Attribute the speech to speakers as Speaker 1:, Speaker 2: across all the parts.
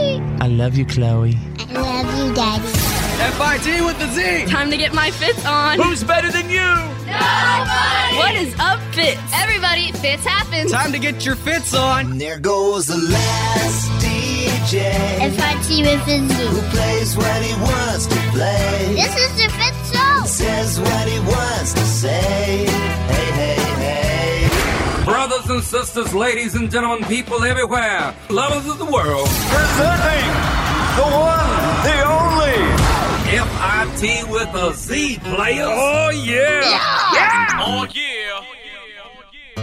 Speaker 1: love you, Chloe.
Speaker 2: I love you, Daddy.
Speaker 3: FIT with the Z.
Speaker 4: Time to get my fits on.
Speaker 3: Who's better than you?
Speaker 4: What is up, fits? Everybody, fits happens.
Speaker 3: Time to get your fits on.
Speaker 5: There goes the last DJ
Speaker 2: If I see with
Speaker 5: who
Speaker 2: the Z.
Speaker 5: plays what he wants to play,
Speaker 2: This is the Fit Show.
Speaker 5: says what he wants to say. Hey, hey, hey.
Speaker 6: Brothers and sisters, ladies and gentlemen, people everywhere, lovers of the world,
Speaker 7: Presenting the one, the only.
Speaker 6: FIT with a Z player. Oh, yeah.
Speaker 7: Oh, yeah.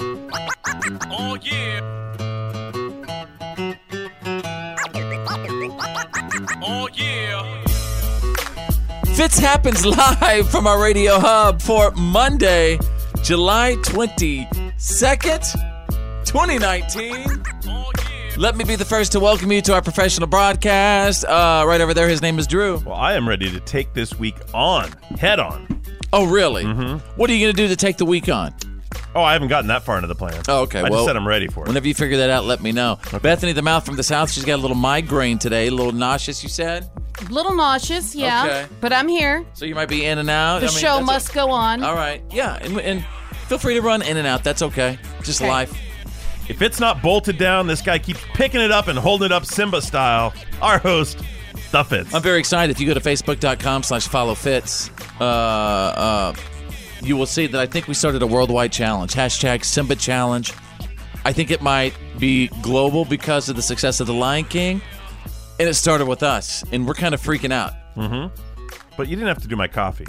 Speaker 7: Oh, yeah. Oh, yeah.
Speaker 8: Fitz happens live from our radio hub for Monday, July 22nd, 2019.
Speaker 7: Oh, yeah.
Speaker 8: Let me be the first to welcome you to our professional broadcast. Uh, right over there, his name is Drew.
Speaker 9: Well, I am ready to take this week on, head on.
Speaker 8: Oh, really? What are you going to do to take the week on?
Speaker 9: Oh, I haven't gotten that far into the plan.
Speaker 8: Oh, okay,
Speaker 9: I
Speaker 8: well-
Speaker 9: just said I'm ready for it.
Speaker 8: Whenever you figure that out, let me know. Bethany, the mouth from the south, she's got a little migraine today, a little nauseous. You said
Speaker 10: Little nauseous, yeah.
Speaker 8: Okay.
Speaker 10: But I'm here.
Speaker 8: so. You might be in and out.
Speaker 10: The
Speaker 8: I mean,
Speaker 10: show
Speaker 8: that's
Speaker 10: must go on.
Speaker 8: A, all right. Yeah, and, and feel free to run in and out. That's okay. Just
Speaker 10: Okay.
Speaker 8: life.
Speaker 9: If it's not bolted down, this guy keeps picking it up and holding it up Simba style. Our host, the Fitz.
Speaker 8: I'm very excited. If you go to facebook.com slash follow fits, uh, uh, you will see that I think we started a worldwide challenge. Hashtag Simba Challenge. I think it might be global because of the success of The Lion King. And it started with us, and we're kind of freaking out.
Speaker 9: but you didn't have to do my coffee.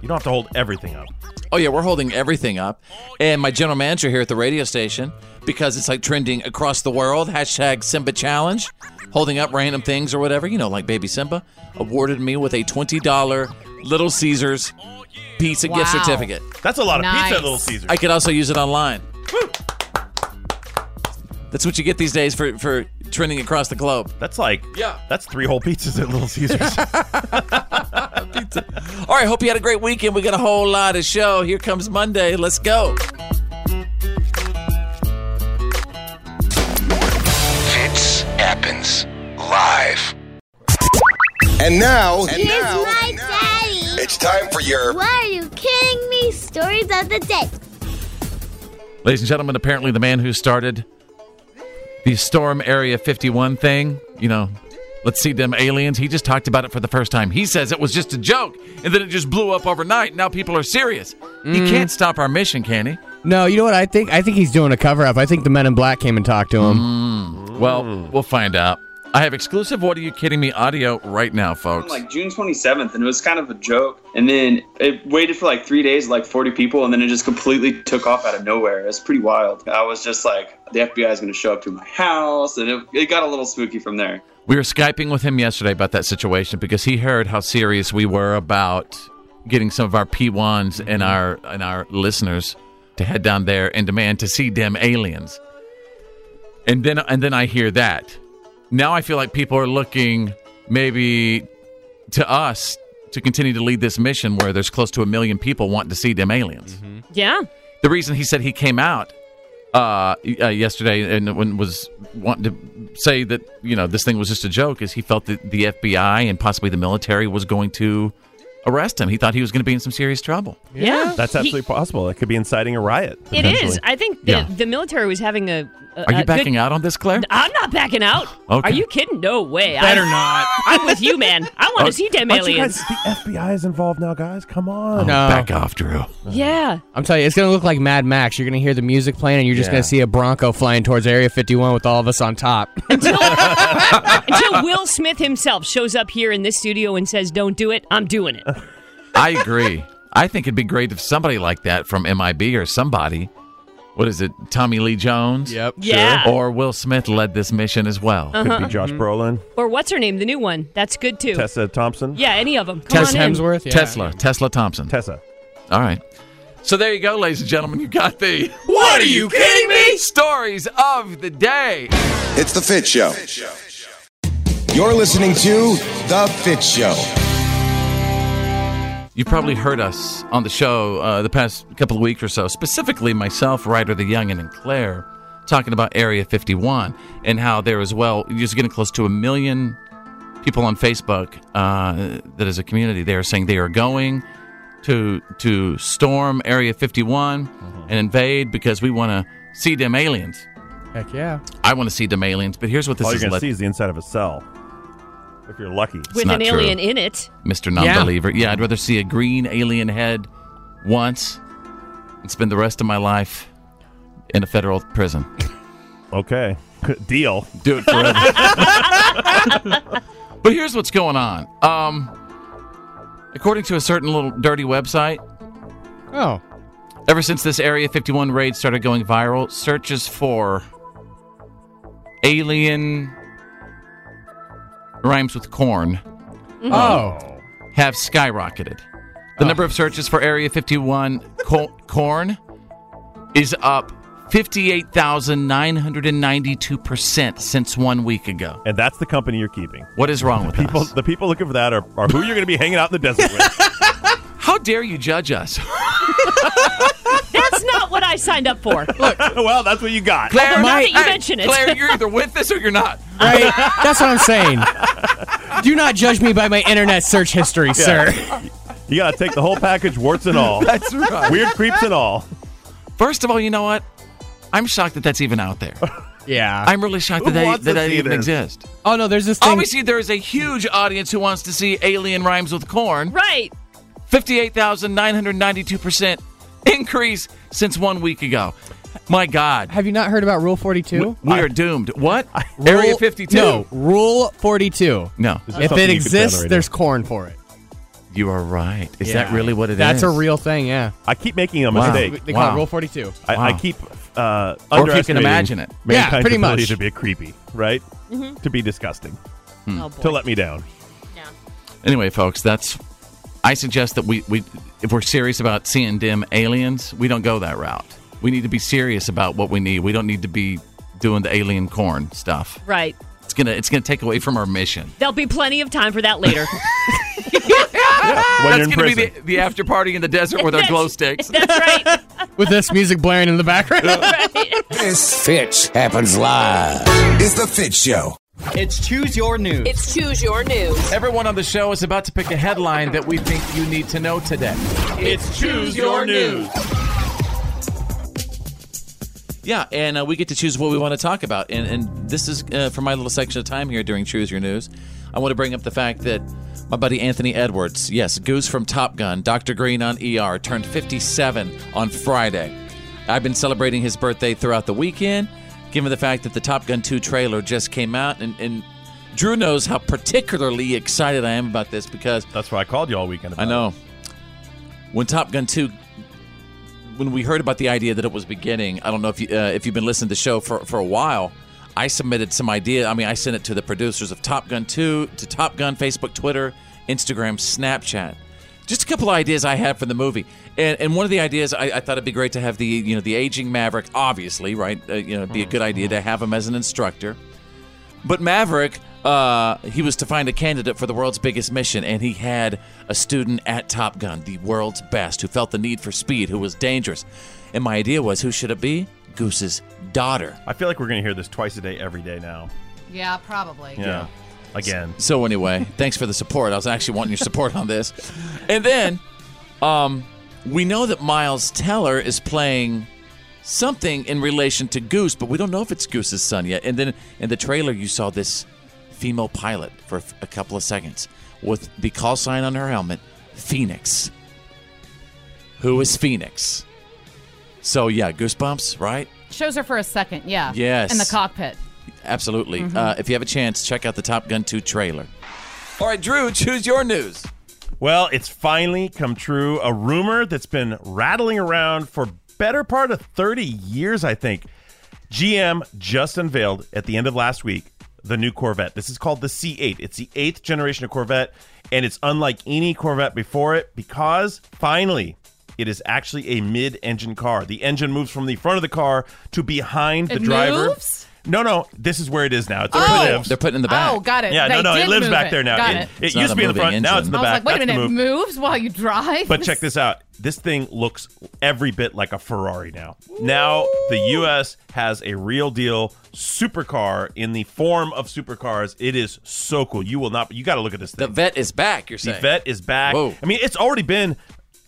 Speaker 9: You don't have to hold everything up.
Speaker 8: Oh, yeah, we're holding everything up. And my general manager here at the radio station, because it's like trending across the world, hashtag Simba Challenge, holding up random things or whatever, you know, like Baby Simba, awarded me with a $20 Little Caesars pizza gift
Speaker 10: Wow.
Speaker 8: certificate.
Speaker 9: That's a lot of
Speaker 10: Nice.
Speaker 9: pizza, Little Caesar.
Speaker 8: I could also use it online. That's what you get these days for, for trending across the globe.
Speaker 9: that's like,
Speaker 8: Yeah.
Speaker 9: that's three whole pizzas at Little Caesars.
Speaker 8: All right, hope you had a great weekend. We got a whole lot of show. Here comes Monday. Let's go.
Speaker 11: Fits happens live. And now, and
Speaker 2: Here's
Speaker 11: now
Speaker 2: my daddy.
Speaker 11: it's time for your
Speaker 2: What are you kidding me? Stories of the day.
Speaker 8: Ladies and gentlemen, apparently the man who started the Storm Area 51 thing, you know, let's see them aliens, he just talked about it for the first time. He says it was just a joke and then it just blew up overnight. Now people are serious. He can't stop our mission, can he?
Speaker 12: No, you know what I think? I think he's doing a cover up. I think the Men in Black came and talked to him.
Speaker 8: Well, we'll find out. I have exclusive What Are You Kidding Me audio right now, folks.
Speaker 3: Like June 27th, and it was kind of a joke. And then it waited for like three days, like 40 people, and then it just completely took off out of nowhere. It's pretty wild. I was just like, the FBI is going to show up to my house, and it, it got a little spooky from there.
Speaker 8: We were Skyping with him yesterday about that situation because he heard how serious we were about getting some of our P1s and our and our listeners to head down there and demand to see them aliens. And then and then I hear that. Now I feel like people are looking maybe to us to continue to lead this mission where there's close to a million people wanting to see them aliens
Speaker 4: Yeah.
Speaker 8: the reason he said he came out uh, y- uh, yesterday and when was wanting to say that you know this thing was just a joke is he felt that the FBI and possibly the military was going to arrest him. He thought he was going to be in some serious trouble.
Speaker 4: Yeah.
Speaker 9: that's
Speaker 4: He-
Speaker 9: absolutely possible. That could be inciting a riot.
Speaker 4: It is.
Speaker 9: potentially.
Speaker 4: I think the,
Speaker 8: Yeah.
Speaker 4: the military was having a. a
Speaker 8: Are you
Speaker 4: a
Speaker 8: backing
Speaker 4: Uh, good-
Speaker 8: out on this, Claire?
Speaker 4: I'm not backing out.
Speaker 8: Okay.
Speaker 4: Are you kidding? No way.
Speaker 3: Better
Speaker 4: I'm,
Speaker 3: not.
Speaker 4: I'm with you, man. I want to
Speaker 8: Oh,
Speaker 4: see them
Speaker 9: Aren't you guys-
Speaker 4: aliens.
Speaker 9: the FBI is involved now, guys. Come on.
Speaker 12: No.
Speaker 8: oh, Back off, Drew.
Speaker 4: Yeah.
Speaker 12: I'm telling you, it's going to look like Mad Max. You're going to hear the music playing, and you're just
Speaker 8: Yeah.
Speaker 12: going to see a Bronco flying towards Area 51 with all of us on top.
Speaker 4: Until Will Smith himself shows up here in this studio and says, "Don't do it," I'm doing it.
Speaker 8: I agree. I think it'd be great if somebody like that from MIB or somebody, what is it, Tommy Lee Jones?
Speaker 4: Yeah. Uh-huh. Or,
Speaker 8: Or Will Smith led this mission as well.
Speaker 9: Could be
Speaker 8: Mm-hmm.
Speaker 9: Josh Brolin,
Speaker 4: what's her name? The new one. That's good too.
Speaker 9: Tessa Thompson.
Speaker 4: Yeah. Any of them. Come
Speaker 12: Chris
Speaker 4: on in.
Speaker 12: Hemsworth, yeah.
Speaker 8: Tesla, Tesla Thompson.
Speaker 9: Tessa.
Speaker 8: All right. So there you go, ladies and gentlemen. You got the What Are You Kidding Me? Stories of the Day.
Speaker 11: It's the Fit Show. You're listening to the Fit Show.
Speaker 8: You've probably heard us on the show uh, the past couple of weeks or so, specifically myself, Ryder the Youngin, and Claire, talking about Area 51 and how there as well, just getting close to a million people on Facebook uh, that is a community. They are saying they are going to to storm Area 51 and invade because we want to see them aliens.
Speaker 12: Heck yeah.
Speaker 8: I want to see them aliens, but here's what this
Speaker 9: All Oh, you're
Speaker 8: is.
Speaker 9: gonna
Speaker 8: let-
Speaker 9: see is the inside of a cell. If you're lucky.
Speaker 8: It's
Speaker 4: with
Speaker 8: not
Speaker 4: an alien
Speaker 8: true.
Speaker 4: in it.
Speaker 8: Mr.
Speaker 4: Yeah.
Speaker 8: Non-believer. Yeah. I'd rather see a green alien head once and spend the rest of my life in a federal prison.
Speaker 9: Okay, deal.
Speaker 8: Do it forever. but here's what's going on. Um, according to a certain little dirty website.
Speaker 12: Oh.
Speaker 8: Ever since this Area 51 raid started going viral, searches for alien rhymes with corn.
Speaker 4: Mm-hmm.
Speaker 12: Oh.
Speaker 8: have skyrocketed.
Speaker 9: Oh.
Speaker 8: The number of searches for Area 51 co- corn is up 58,992% since one week ago.
Speaker 9: And that's the company you're keeping.
Speaker 8: What is wrong with
Speaker 9: people,
Speaker 8: us?
Speaker 9: The people looking for that are, are who you're going to be hanging out in the desert with.
Speaker 8: How dare you judge us?
Speaker 4: That's not what I signed up for.
Speaker 9: well, that's what you got.
Speaker 8: Claire,
Speaker 4: Although now
Speaker 8: my-
Speaker 4: that you
Speaker 8: hey,
Speaker 4: mention it.
Speaker 8: Claire, you're either with us or you're not.
Speaker 12: Right? That's what I'm saying. Do not judge me by my internet search history, sir.
Speaker 9: You got to take the whole package, warts and all.
Speaker 8: That's right.
Speaker 9: Weird creeps and all.
Speaker 8: First of all, you know what? I'm shocked that that's even out there.
Speaker 12: Yeah.
Speaker 8: I'm really shocked that
Speaker 9: Who
Speaker 8: that,
Speaker 9: wants
Speaker 8: that,
Speaker 9: to
Speaker 8: that
Speaker 9: see
Speaker 8: even
Speaker 9: this?
Speaker 8: exists.
Speaker 12: oh no, there's this thing.
Speaker 8: Obviously, there is a huge audience who wants to see alien rhymes with corn.
Speaker 4: Right.
Speaker 8: 58,992% increase since one week ago. My God.
Speaker 12: Have you not heard about Rule 42?
Speaker 8: We are doomed. What?
Speaker 12: Rule-
Speaker 8: Area 52.
Speaker 12: No, Rule 42.
Speaker 8: No.
Speaker 9: There's
Speaker 12: If
Speaker 9: something
Speaker 12: it
Speaker 9: you could
Speaker 12: exists,
Speaker 9: generate.
Speaker 12: there's corn for it.
Speaker 8: You are right. Is that
Speaker 12: Yeah.
Speaker 8: really what it is?
Speaker 12: That's a real thing, yeah.
Speaker 9: I keep making a
Speaker 8: Wow.
Speaker 9: mistake.
Speaker 12: They call
Speaker 8: Wow.
Speaker 12: it Rule 42.
Speaker 9: I, I
Speaker 8: Wow.
Speaker 9: keep uh,
Speaker 8: Or if you can
Speaker 9: underestimating
Speaker 8: imagine it.
Speaker 12: Yeah,
Speaker 9: mankind's
Speaker 12: pretty
Speaker 9: ability
Speaker 12: much.
Speaker 9: to be creepy, right? To be disgusting,
Speaker 8: Hmm.
Speaker 4: Oh boy.
Speaker 9: to let me down.
Speaker 8: Anyway, folks, that's. I suggest that we, we, if we're serious about seeing dim aliens, we don't go that route. We need to be serious about what we need. We don't need to be doing the alien corn stuff.
Speaker 4: right.
Speaker 8: It's gonna, it's gonna take away from our mission.
Speaker 4: There'll be plenty of time for that later.
Speaker 9: When you're
Speaker 8: Ah, That's
Speaker 9: in
Speaker 8: gonna be
Speaker 9: prison,
Speaker 8: the, the after party in the desert with our glow sticks.
Speaker 4: That's right.
Speaker 12: With this music blaring in the background.
Speaker 11: This Fitch happens live. It's the Fit Show.
Speaker 1: It's Choose Your News.
Speaker 13: It's Choose Your News.
Speaker 8: Everyone on the show is about to pick a headline that we think you need to know today.
Speaker 1: It's Choose
Speaker 8: Your News. Yeah, and uh, we get to choose what we want to talk about. And, and this is uh, for my little section of time here during Choose Your News. I want to bring up the fact that my buddy Anthony Edwards, yes, Goose from Top Gun, Dr. Green on ER, turned 57 on Friday. I've been celebrating his birthday throughout the weekend, given the fact that the Top Gun 2 trailer just came out. And, and Drew knows how particularly excited I am about this because
Speaker 9: that's why I called you all weekend. About
Speaker 8: I know. When Top Gun 2, when we heard about the idea that it was beginning, I don't know if you, uh, if you've been listening to the show for, for a while. I submitted some idea. I mean, I sent it to the producers of Top Gun 2, to Top Gun, Facebook, Twitter, Instagram, Snapchat. Just a couple of ideas I had for the movie, and, and one of the ideas I, I thought it'd be great to have the you know the aging Maverick, obviously, right? Uh, you know, it'd be a good idea to have him as an instructor. But Maverick, uh, he was to find a candidate for the world's biggest mission, and he had a student at Top Gun, the world's best, who felt the need for speed, who was dangerous. And my idea was, who should it be? Goose's daughter.
Speaker 9: it. I feel like we're going to hear this twice a day, every day now.
Speaker 10: Yeah, probably.
Speaker 9: Yeah, again.
Speaker 8: So anyway, thanks for the support. I was actually wanting your support on this. And then, um, we know that Miles Teller is playing something in relation to Goose, but we don't know if it's Goose's son yet. And then in the trailer, you saw this female pilot for a- a couple of seconds with the call sign on her helmet, Phoenix. Who is Phoenix? So yeah, goosebumps, right?
Speaker 10: Shows her for a second, yeah.
Speaker 8: Yes.
Speaker 10: In the cockpit.
Speaker 8: Absolutely. Uh, if you have a chance, check out the Top Gun 2 trailer. All right, Drew, choose your news.
Speaker 9: Well, it's finally come true. A rumor that's been rattling around for better part of 30 years, I think. GM just unveiled at the end of last week the new Corvette. This is called the C8. It's the eighth generation of Corvette, and it's unlike any Corvette before it because finally it is actually a mid engine car. The engine moves from the front of the car to behind the
Speaker 10: It
Speaker 9: driver.
Speaker 10: moves?
Speaker 9: No, no, this is where it is now. It's
Speaker 10: They're
Speaker 9: where
Speaker 10: putting-
Speaker 9: it lives.
Speaker 10: they're putting in the back. Oh, got it.
Speaker 9: Yeah,
Speaker 10: They
Speaker 9: no, no,
Speaker 10: did
Speaker 9: it lives
Speaker 10: move
Speaker 9: back
Speaker 10: it.
Speaker 9: there now.
Speaker 10: Got
Speaker 9: It,
Speaker 10: it.
Speaker 14: It's not
Speaker 9: used
Speaker 14: a
Speaker 9: to be in the
Speaker 14: moving
Speaker 9: front, now
Speaker 14: engine.
Speaker 9: it's in the
Speaker 10: I was
Speaker 9: back.
Speaker 10: like, wait a
Speaker 9: That's the
Speaker 10: minute, it
Speaker 9: move.
Speaker 10: moves while you drive.
Speaker 9: But check this out. This thing looks every bit like a Ferrari now. Now the US has a real deal supercar in the form of supercars. It is so cool. You will not you got to look at this thing. The
Speaker 8: vet is back, you're saying.
Speaker 9: The vet is back.
Speaker 8: Whoa.
Speaker 9: I mean, it's already been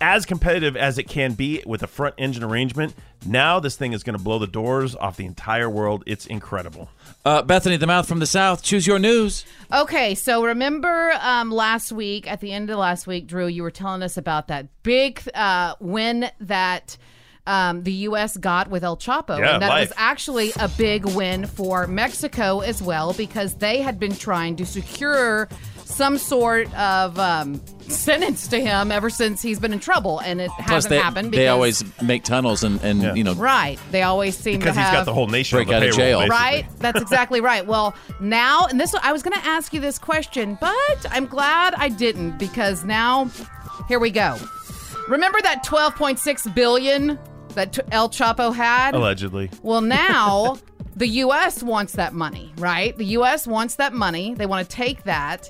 Speaker 9: as competitive as it can be with a front engine arrangement. Now this thing is going to blow the doors off the entire world. It's incredible.
Speaker 8: Uh, Bethany, the mouth from the south. Choose your news.
Speaker 10: Okay, so remember um, last week, at the end of last week, Drew, you were telling us about that big uh, win that um, the U.S. got with El Chapo.
Speaker 1: Yeah,
Speaker 10: and that
Speaker 1: life.
Speaker 10: was actually a big win for Mexico as well because they had been trying to secure some sort of um, sentence to him ever since he's been in trouble, and it
Speaker 8: Plus,
Speaker 10: hasn't
Speaker 8: they,
Speaker 10: happened.
Speaker 8: they
Speaker 10: because-
Speaker 8: always make tunnels and, and you know.
Speaker 10: Right. They always seem
Speaker 8: Because
Speaker 10: to
Speaker 8: he's
Speaker 10: have
Speaker 8: got the whole nation on Break the out of payroll, jail. basically.
Speaker 10: Right. That's exactly right. Well, now and this I was going to ask you this question, but I'm glad I didn't because now here we go. Remember that 12.6 billion that t- El Chapo had?
Speaker 9: Allegedly.
Speaker 10: Well, now the U.S. wants that money, right? The U.S. wants that money. They want to take that,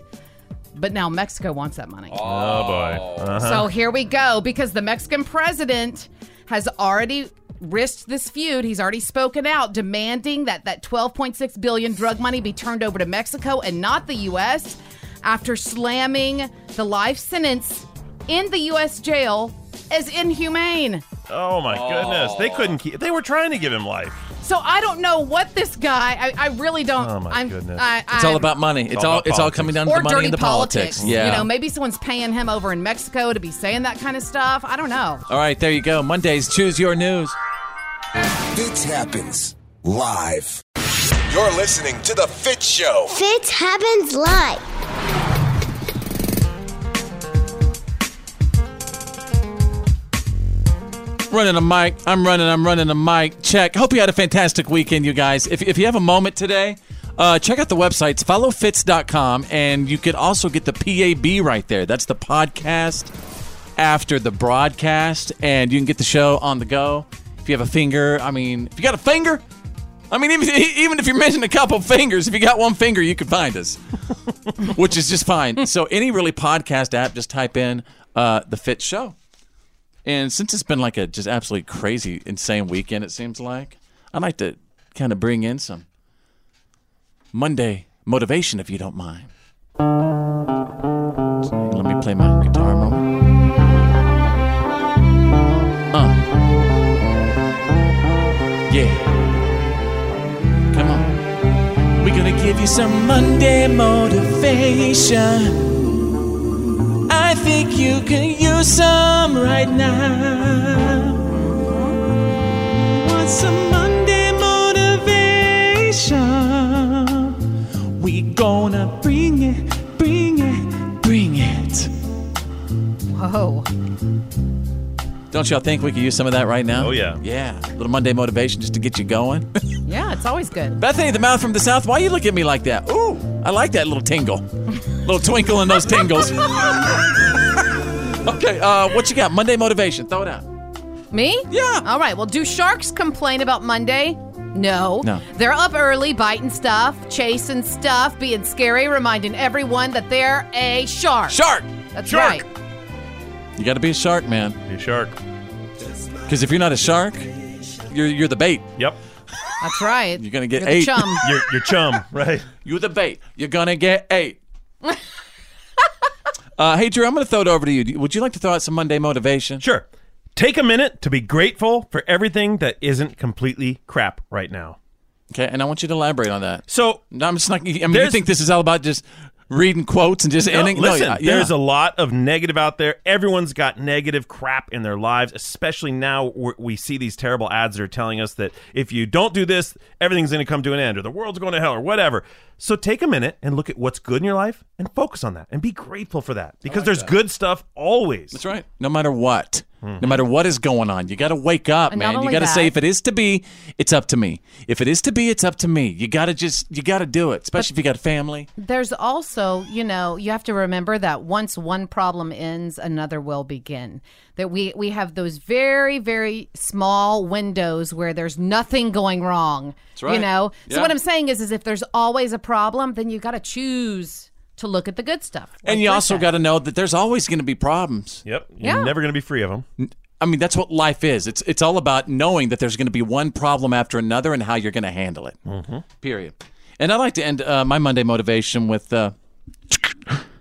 Speaker 10: but now Mexico wants that money.
Speaker 9: Oh, boy. Uh-huh.
Speaker 10: So here we go because the Mexican president has already risked this feud. He's already spoken out demanding that that 12.6 billion drug money be turned over to Mexico and not the US after slamming the life sentence in the US jail as inhumane.
Speaker 9: Oh my goodness. They couldn't keep they were trying to give him life.
Speaker 10: So I don't know what this guy I, I really don't
Speaker 9: Oh, my
Speaker 10: I'm,
Speaker 9: goodness.
Speaker 10: I,
Speaker 8: It's all
Speaker 10: I'm-
Speaker 8: about money. It's,
Speaker 9: all
Speaker 8: all
Speaker 9: about
Speaker 8: it's all
Speaker 9: politics.
Speaker 8: coming down to
Speaker 10: or
Speaker 8: the money
Speaker 10: dirty
Speaker 8: and the politics. Yeah.
Speaker 10: You know, maybe someone's paying him over in Mexico to be saying that kind of stuff. I don't know.
Speaker 8: all right, there you go. Mondays, choose your news.
Speaker 11: Fitz happens live. You're listening to The Fitz Show.
Speaker 2: Fitz happens live.
Speaker 8: Running a mic. I'm running. I'm running a mic. Check. Hope you had a fantastic weekend, you guys. If, if you have a moment today, uh, check out the websites followfits.com, and you could also get the PAB right there. That's the podcast after the broadcast, and you can get the show on the go. If you have a finger, I mean, if you got a finger, I mean, even, even if you're missing a couple fingers, if you got one finger, you can find us, which is just fine. So, any really podcast app, just type in uh, The Fit Show. And since it's been like a just absolutely crazy, insane weekend, it seems like, I'd like to kind of bring in some Monday motivation, if you don't mind. Let me play my guitar moment. Uh. Yeah. Come on. We're gonna give you some Monday motivation. I think you can use some right now. Want some Monday motivation? We gonna bring it, bring it, bring it.
Speaker 10: Whoa.
Speaker 8: Don't y'all think we could use some of that right now? Oh yeah. Yeah. A little Monday motivation just to get you going.
Speaker 10: Yeah, it's always good.
Speaker 8: Bethany, the mouth from the south. Why you look at me like that? Ooh, I like that little tingle, little twinkle in those tingles. okay, uh, what you got? Monday motivation. Throw it out.
Speaker 10: Me?
Speaker 8: Yeah.
Speaker 10: All right. Well, do sharks complain about Monday? No.
Speaker 8: No.
Speaker 10: They're up early, biting stuff, chasing stuff, being scary, reminding everyone that they're a shark.
Speaker 8: Shark.
Speaker 10: That's
Speaker 8: Shark.
Speaker 10: right.
Speaker 8: You got to be a shark, man.
Speaker 9: Be a shark.
Speaker 8: Because if you're not a shark, you're you're the bait.
Speaker 9: Yep.
Speaker 10: That's right.
Speaker 8: You're gonna get
Speaker 10: You're the
Speaker 8: eight.
Speaker 10: chum.
Speaker 9: You're, you're chum, right?
Speaker 8: You're the bait. You're gonna get eight. uh, hey, Drew, I'm gonna throw it over to you. Would you like to throw out some Monday motivation?
Speaker 9: Sure. Take a minute to be grateful for everything that isn't completely crap right now.
Speaker 8: Okay, and I want you to elaborate on that.
Speaker 9: So
Speaker 8: I'm just not. I mean, you
Speaker 9: There's-
Speaker 8: think this is all about just reading quotes and just
Speaker 9: No,
Speaker 8: ending?
Speaker 9: Listen,
Speaker 8: yeah, yeah.
Speaker 9: there's a lot of negative out there. Everyone's got negative crap in their lives, especially now where we see these terrible ads that are telling us that if you don't do this, everything's going to come to an end, or the world's going to hell, or whatever. So take a minute and look at what's good in your life and focus on that and be grateful for that because there's good stuff always. That's
Speaker 8: right. No matter what.
Speaker 9: Hmm.
Speaker 8: No matter what is going on, you got to wake up,
Speaker 10: And not
Speaker 8: man. You
Speaker 10: only
Speaker 8: got to say,
Speaker 10: that-
Speaker 8: if it is to be, it's up to me. If it is to be, it's up to me. You got to just, you got to do it, especially if you got family.
Speaker 10: There's also, you know, you have to remember that once one problem ends, another will begin. That we we have those very very small windows where there's nothing going wrong.
Speaker 15: That's right.
Speaker 10: You know. So
Speaker 8: Yeah.
Speaker 10: what I'm saying is, is if there's always a problem, then you got to choose to look at the good stuff.
Speaker 8: and you also got to know that there's always going to be problems.
Speaker 9: Yep.
Speaker 10: You're Yeah. never
Speaker 9: going to be free of them.
Speaker 8: I mean, that's what life is. It's it's all about knowing that there's going to be one problem after another and how you're going to handle it.
Speaker 16: Mm-hmm.
Speaker 8: Period. And I like to end uh, my Monday motivation with uh,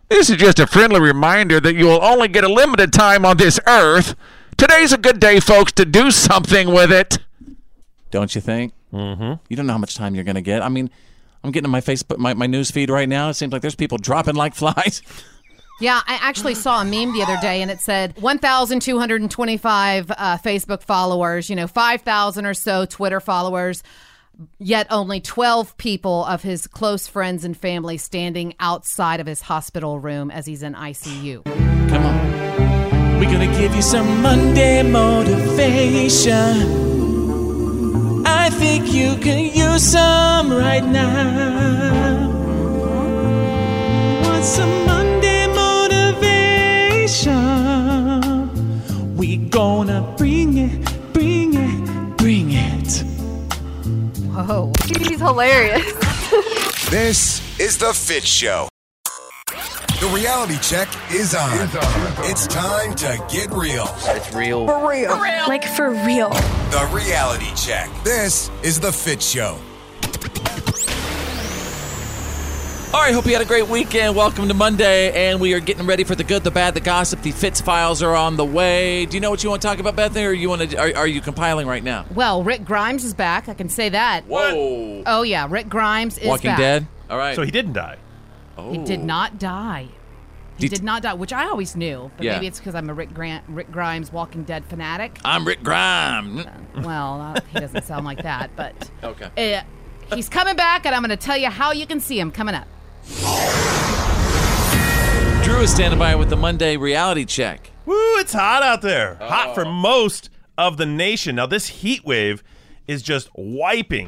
Speaker 16: This is just a friendly reminder that you will only get a limited time on this earth. Today's a good day, folks, to do something with it.
Speaker 8: Don't you think? Mm-hmm. You don't know how much time you're going to get. I mean, I'm getting in my Facebook, my, my news feed right now. It seems like there's people dropping like flies.
Speaker 10: Yeah, I actually saw a meme the other day, and it said 1,225 uh, Facebook followers, you know, 5,000 or so Twitter followers, yet only 12 people of his close friends and family standing outside of his hospital room as he's in ICU.
Speaker 8: Come on. We're going to give you some Monday motivation. I think you can use some right now. Want some Monday motivation? We gonna bring it, bring it, bring it.
Speaker 10: Whoa.
Speaker 4: He's hilarious.
Speaker 11: This is The Fit Show. The reality check is on. It's time to get real. It's real.
Speaker 4: real. Like for real.
Speaker 11: The reality check. This is The Fit Show.
Speaker 8: All right, hope you had a great weekend. Welcome to Monday, and we are getting ready for the good, the bad, the gossip. The Fitz files are on the way. Do you know what you want to talk about, Bethany, or you want to? Are, are you compiling right now?
Speaker 10: Well, Rick Grimes is back. I can say that.
Speaker 8: Whoa.
Speaker 10: Oh, yeah. Rick Grimes is
Speaker 8: Walking
Speaker 10: back.
Speaker 8: Dead. All right.
Speaker 9: So he didn't die.
Speaker 8: Oh.
Speaker 10: He did not die. He
Speaker 8: Did-
Speaker 10: did not die, which I always knew, but
Speaker 8: Yeah.
Speaker 10: maybe it's because I'm a Rick Grant, Rick Grimes Walking Dead fanatic.
Speaker 8: I'm Rick Grimes.
Speaker 10: Well, uh, he doesn't sound like that, but
Speaker 8: Okay.
Speaker 10: uh, he's coming back, and I'm going to tell you how you can see him coming up.
Speaker 8: Drew is standing by with the Monday reality check.
Speaker 9: Woo, it's hot out there. Hot
Speaker 16: Oh.
Speaker 9: for most of the nation. Now, this heat wave is just wiping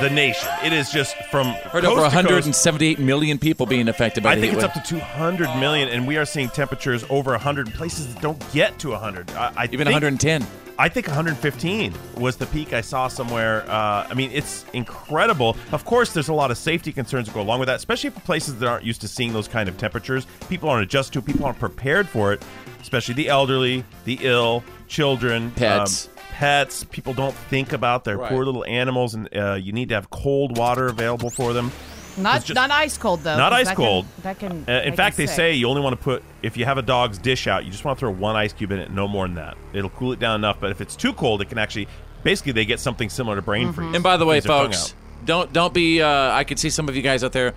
Speaker 9: the nation. It is just from
Speaker 8: Heard
Speaker 9: coast
Speaker 8: over
Speaker 9: to coast.
Speaker 8: 178 million people being affected by
Speaker 9: I
Speaker 8: the
Speaker 9: think
Speaker 8: heat
Speaker 9: it's
Speaker 8: wave.
Speaker 9: up to 200 million, and we are seeing temperatures over 100 in places that don't get to 100. I, I
Speaker 8: Even
Speaker 9: think-
Speaker 8: 110.
Speaker 9: I think 115 was the peak I saw somewhere. Uh, I mean, it's incredible. Of course, there's a lot of safety concerns that go along with that, especially for places that aren't used to seeing those kind of temperatures. People aren't adjusted to it, people aren't prepared for it, especially the elderly, the ill, children,
Speaker 8: Pets.
Speaker 9: um, pets. People don't think about their
Speaker 10: Right.
Speaker 9: poor little animals, and uh, you need to have cold water available for them.
Speaker 10: Not
Speaker 9: It's just-
Speaker 10: not ice cold though.
Speaker 9: not
Speaker 10: 'cause
Speaker 9: ice
Speaker 10: that can-
Speaker 9: cold.
Speaker 10: that can.
Speaker 9: Uh, in
Speaker 10: make
Speaker 9: fact,
Speaker 10: us
Speaker 9: they
Speaker 10: sick.
Speaker 9: say you only want to put if you have a dog's dish out, you just want to throw one ice cube in it, no more than that. It'll cool it down enough. But if it's too cold, it can actually basically they get something similar to
Speaker 10: Mm-hmm.
Speaker 9: brain freeze.
Speaker 8: And by the way,
Speaker 9: Freeze their tongue
Speaker 8: folks,
Speaker 9: out.
Speaker 8: don't don't be. Uh, I could see some of you guys out there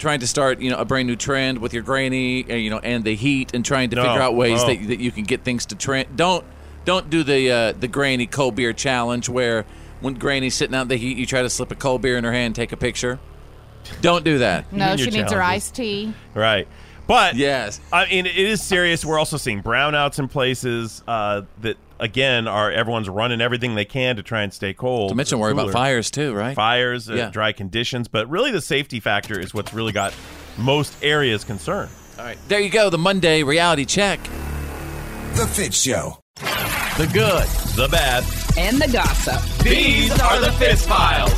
Speaker 8: trying to start, you know, a brand new trend with your granny, uh, you know, and the heat, and trying to
Speaker 9: No,
Speaker 8: figure out ways
Speaker 9: no.
Speaker 8: that, that you can get things to trend. Don't don't do the uh, the granny cold beer challenge where when granny's sitting out in the heat, you try to slip a cold beer in her hand, and take a picture. Don't do that.
Speaker 10: No, she needs her iced tea.
Speaker 9: right? But
Speaker 8: yes,
Speaker 9: I mean it is serious. We're also seeing brownouts in places uh, that again are everyone's running everything they can to try and stay cold.
Speaker 8: To mention, worry about
Speaker 9: Cooler.
Speaker 8: fires too, right?
Speaker 9: fires, uh,
Speaker 8: Yeah.
Speaker 9: dry conditions. But really, the safety factor is what's really got most areas concerned.
Speaker 8: All right, there you go. The Monday reality check.
Speaker 11: The Fit Show.
Speaker 8: The good,
Speaker 9: the bad,
Speaker 2: and the gossip.
Speaker 9: These are the Fitz Files.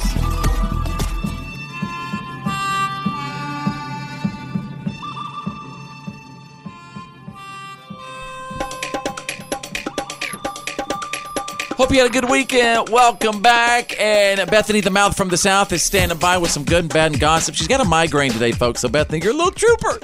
Speaker 8: Hope you had a good weekend. Welcome back. And Bethany, the mouth from the south, is standing by with some good and bad and gossip. She's got a migraine today, folks. So, Bethany, you're a little trooper.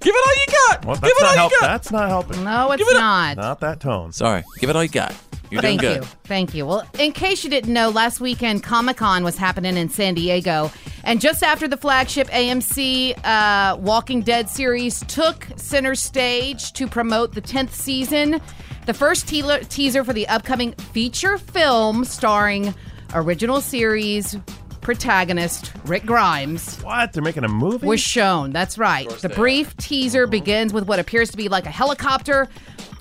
Speaker 8: Give it all you got.
Speaker 9: Well,
Speaker 8: Give
Speaker 9: that's
Speaker 8: it all
Speaker 9: not
Speaker 8: you
Speaker 9: help.
Speaker 8: got.
Speaker 9: That's not helping.
Speaker 10: No, it's not.
Speaker 9: Not that tone.
Speaker 8: Sorry. Give it all you got. You're
Speaker 10: Thank
Speaker 8: doing good.
Speaker 10: you. Thank you. Well, in case you didn't know, last weekend Comic Con was happening in San Diego. And just after the flagship AMC uh, Walking Dead series took center stage to promote the 10th season, the first tealer- teaser for the upcoming feature film starring original series protagonist Rick Grimes
Speaker 9: What? They're making a movie?
Speaker 8: Uh-huh.
Speaker 10: was shown. That's right. The brief teaser begins with what appears to be like a helicopter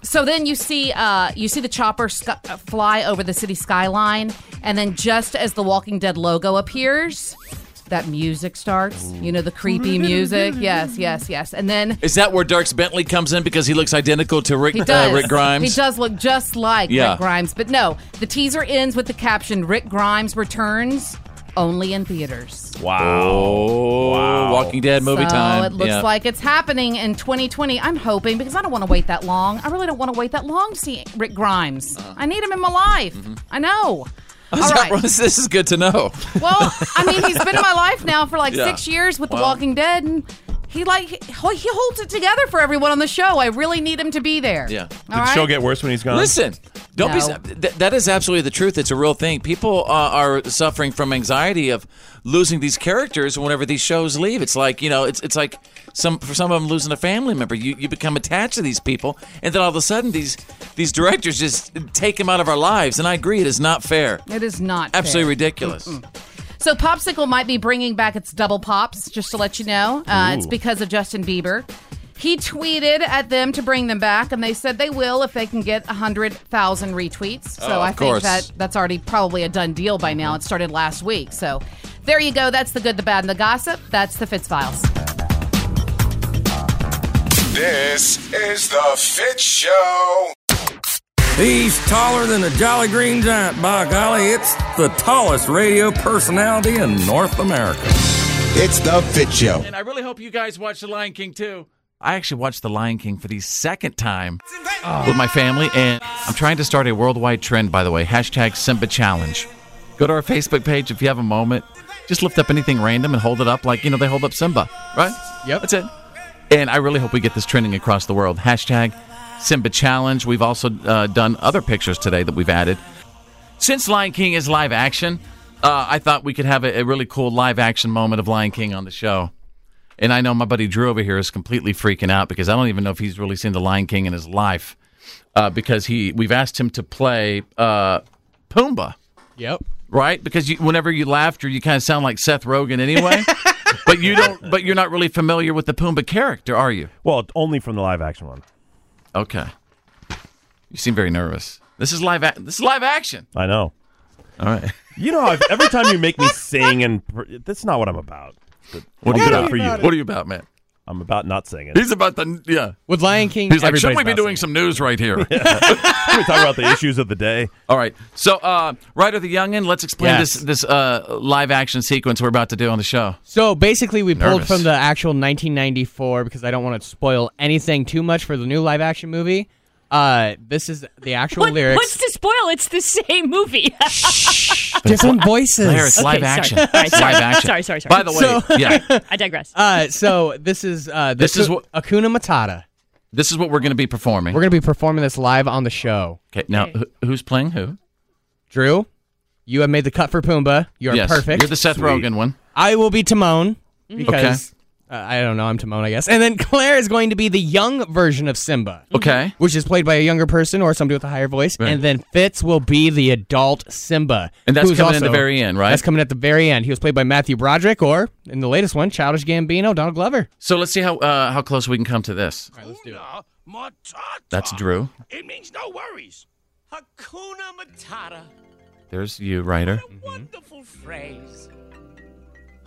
Speaker 10: So then you see, uh, you see the chopper sky- uh, fly over the city skyline, and then just as the Walking Dead logo appears, that music starts. You know the creepy music. Yes, yes, yes. And then
Speaker 8: Is that where Dirks Bentley comes in because he looks identical to Rick,
Speaker 10: he does.
Speaker 8: Uh, Rick Grimes?
Speaker 10: He does look just like
Speaker 8: Yeah.
Speaker 10: Rick Grimes, but no. The teaser ends with the caption: "Rick Grimes returns only in theaters."
Speaker 9: Wow.
Speaker 8: wow. Oh, Walking Dead movie
Speaker 10: so
Speaker 8: time.
Speaker 10: It looks
Speaker 8: Yeah.
Speaker 10: like it's happening in 2020. I'm hoping because I don't want to wait that long. I really don't want to wait that long to see Rick Grimes.
Speaker 8: Uh-huh.
Speaker 10: I need him in my life.
Speaker 8: Mm-hmm.
Speaker 10: I know.
Speaker 8: I was
Speaker 10: All
Speaker 8: like,
Speaker 10: right.
Speaker 8: This is good to know.
Speaker 10: Well, I mean, he's been in my life now for like
Speaker 8: Yeah.
Speaker 10: six years with The
Speaker 8: Wow.
Speaker 10: Walking Dead, and he like he, he holds it together for everyone on the show. I really need him to be there.
Speaker 8: Yeah.
Speaker 10: All right.
Speaker 9: get worse when he's gone?
Speaker 8: Listen, don't
Speaker 10: No.
Speaker 8: be. Th- that is absolutely the truth. It's a real thing. People uh, are suffering from anxiety of losing these characters whenever these shows leave. It's like you know, it's it's like some for some of them losing a family member. You you become attached to these people, and then all of a sudden these these directors just take them out of our lives. And I agree, it is not fair.
Speaker 10: It is not fair.
Speaker 8: Absolutely ridiculous.
Speaker 10: So Popsicle might be bringing back its double pops, just to let you know. Uh, it's
Speaker 8: Ooh.
Speaker 10: because of Justin Bieber. He tweeted at them to bring them back, and they said they will if they can get 100,000 retweets. So
Speaker 8: Oh, of
Speaker 10: I
Speaker 8: course.
Speaker 10: think that that's already probably a done deal by now. It started last week. So there you go. That's the good, the bad, and the gossip. That's the Fitz Files.
Speaker 11: This is the Fit Show.
Speaker 17: He's taller than a Jolly Green Giant. By golly, it's the tallest radio personality in North America.
Speaker 11: It's the Fit Show.
Speaker 8: And I really hope you guys watch The Lion King too. I actually watched The Lion King for the second time with my family, and I'm trying to start a worldwide trend, by the way. Hashtag Simba Challenge. Go to our Facebook page if you have a moment. Just lift up anything random and hold it up like, you know, they hold up Simba, right? Yep. That's it. And I really hope we get this trending across the world. Hashtag Simba Challenge. We've also uh, done other pictures today that we've added. Since Lion King is live action, uh, I thought we could have a, a really cool live action moment of Lion King on the show. And I know my buddy Drew over here is completely freaking out because I don't even know if he's really seen The Lion King in his life. Uh, because he, we've asked him to play uh, Pumbaa,
Speaker 12: Yep.
Speaker 8: right? Because you, whenever you laughed, or you kind of sound like Seth Rogen anyway. but you don't. But you're not really familiar with the Pumbaa character, are you?
Speaker 9: Well, only from the live action one.
Speaker 8: Okay. You seem very nervous. This is live. Ac- this is live action.
Speaker 9: I know.
Speaker 8: All right.
Speaker 9: You know, I've, every time you make me sing, and pr- that's not what I'm about. But
Speaker 8: What are
Speaker 9: I'm
Speaker 8: you
Speaker 9: about
Speaker 8: about?
Speaker 9: for you?
Speaker 8: What are you about, man?
Speaker 9: I'm about not singing.
Speaker 8: He's about the yeah.
Speaker 12: With Lion King,
Speaker 8: He's like,
Speaker 12: everybody's
Speaker 8: shouldn't we be
Speaker 12: about
Speaker 8: doing some news right here?
Speaker 9: we talk about the issues of the day.
Speaker 8: All right. So, uh, Ryder the Youngin, let's explain
Speaker 12: Yes.
Speaker 8: this this uh, live action sequence we're about to do on the show.
Speaker 12: So basically, we pulled
Speaker 8: Nervous.
Speaker 12: from the actual 1994 because I don't want to spoil anything too much for the new live action movie. Uh, this is the actual
Speaker 4: What,
Speaker 12: lyrics.
Speaker 4: what's to spoil? It's the same movie.
Speaker 12: Different voices.
Speaker 8: Claire, it's live action.
Speaker 4: Sorry. All right,
Speaker 8: It's
Speaker 4: sorry.
Speaker 8: live action.
Speaker 4: Sorry, sorry, sorry.
Speaker 8: By the way, yeah,
Speaker 4: I digress.
Speaker 12: Uh, so this is uh,
Speaker 8: This is what-
Speaker 12: Akuna Matata.
Speaker 8: this is what we're going to be performing.
Speaker 12: We're gonna be performing this live on the show.
Speaker 8: okay. Now, wh- who's playing who?
Speaker 12: Drew, you have made the cut for Pumbaa. You are
Speaker 8: yes,
Speaker 12: perfect.
Speaker 8: You're the Seth Rogen one.
Speaker 4: Mm-hmm.
Speaker 12: I will be Timon because uh, I don't know. I'm Timon, I guess. And then Claire is going to be the young version of Simba.
Speaker 8: Okay.
Speaker 12: Which is played by a younger person or somebody with a higher voice.
Speaker 8: Right.
Speaker 12: And then Fitz will be the adult Simba.
Speaker 8: And that's
Speaker 12: who's
Speaker 8: coming at the
Speaker 12: also-
Speaker 8: very end, right?
Speaker 12: That's coming at the very end. He was played by Matthew Broderick or, in the latest one, Childish Gambino, Donald Glover.
Speaker 8: So let's see how uh, how close we can come to this.
Speaker 12: All right, let's do it.
Speaker 8: That's Drew.
Speaker 16: It means no worries. Hakuna Matata.
Speaker 8: There's you, Ryder.
Speaker 16: Wonderful phrase.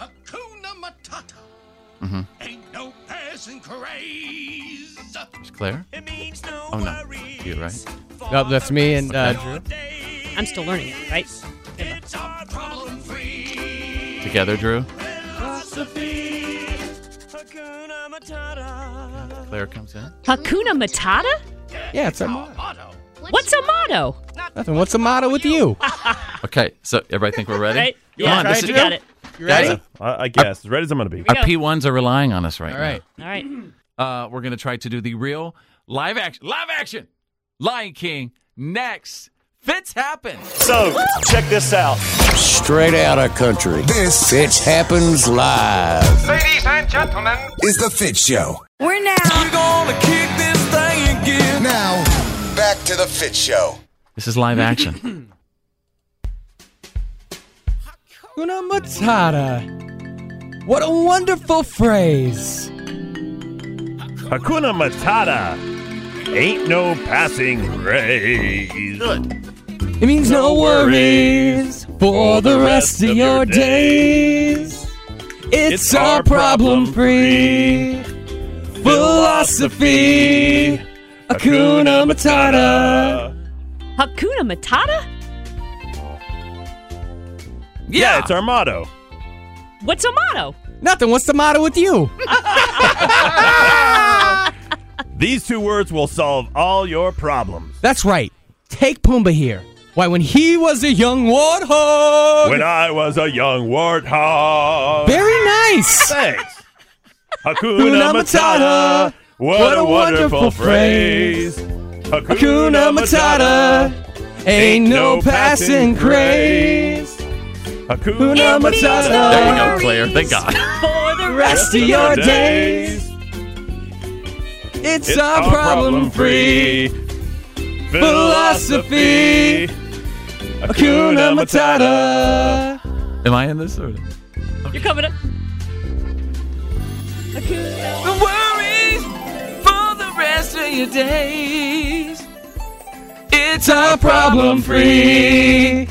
Speaker 16: Hakuna Matata.
Speaker 8: Mm-hmm.
Speaker 16: Ain't no passing craze.
Speaker 8: There's Claire.
Speaker 16: It means no
Speaker 8: Oh no, you right?
Speaker 12: Nope, that's me and uh,
Speaker 8: Okay.
Speaker 12: Drew.
Speaker 4: I'm still learning it, right?
Speaker 16: It's our problem free.
Speaker 8: Together, Drew.
Speaker 16: Philosophy. Hakuna Matata.
Speaker 8: Claire comes in.
Speaker 4: Hakuna Matata?
Speaker 12: Yeah, it's our motto.
Speaker 4: What's a motto?
Speaker 12: Nothing. What's the motto with you?
Speaker 8: Okay, so everybody think we're ready?
Speaker 4: Right?
Speaker 8: Come
Speaker 4: Yeah.
Speaker 8: on, this
Speaker 4: Tried
Speaker 8: is
Speaker 4: to got it.
Speaker 12: You ready?
Speaker 9: Yeah, I, I guess as red as I'm going to be.
Speaker 8: Our P1s are relying on us right
Speaker 12: All right.
Speaker 4: All right.
Speaker 8: Uh, we're gonna try to do the real live action, live action, Lion King next. Fitz happens.
Speaker 18: So, check this out.
Speaker 11: Straight out of country. This Fitch happens live.
Speaker 18: Ladies and gentlemen,
Speaker 11: Is the Fit Show.
Speaker 19: We're now.
Speaker 18: we're gonna kick this thing again.
Speaker 11: Now, back to the Fit Show.
Speaker 8: This is live action.
Speaker 12: Hakuna Matata. What a wonderful phrase.
Speaker 9: Hakuna Matata. Ain't no passing grade. Good.
Speaker 16: It means no, worries for the rest of your days. It's our problem free philosophy. Akuna Matata.
Speaker 4: Hakuna Matata?
Speaker 9: Yeah, it's our motto.
Speaker 4: What's a motto?
Speaker 20: Nothing. What's the matter with you?
Speaker 9: These two words will solve all your problems.
Speaker 20: That's right. Take Pumbaa here. Why, when he was a young warthog.
Speaker 9: When I was a young warthog.
Speaker 20: Very nice.
Speaker 9: Thanks. Hakuna Matata. What, a wonderful, phrase.
Speaker 16: Hakuna Matata. Ain't no passing craze.
Speaker 9: Hakuna
Speaker 16: Matata.
Speaker 8: There you go, Claire. Thank God.
Speaker 4: For the
Speaker 16: Rest of your days. It's, our problem free philosophy. Akuna Matata.
Speaker 8: Am I in this? Or?
Speaker 4: You're coming up.
Speaker 16: The worries for the rest of your days. It's our problem free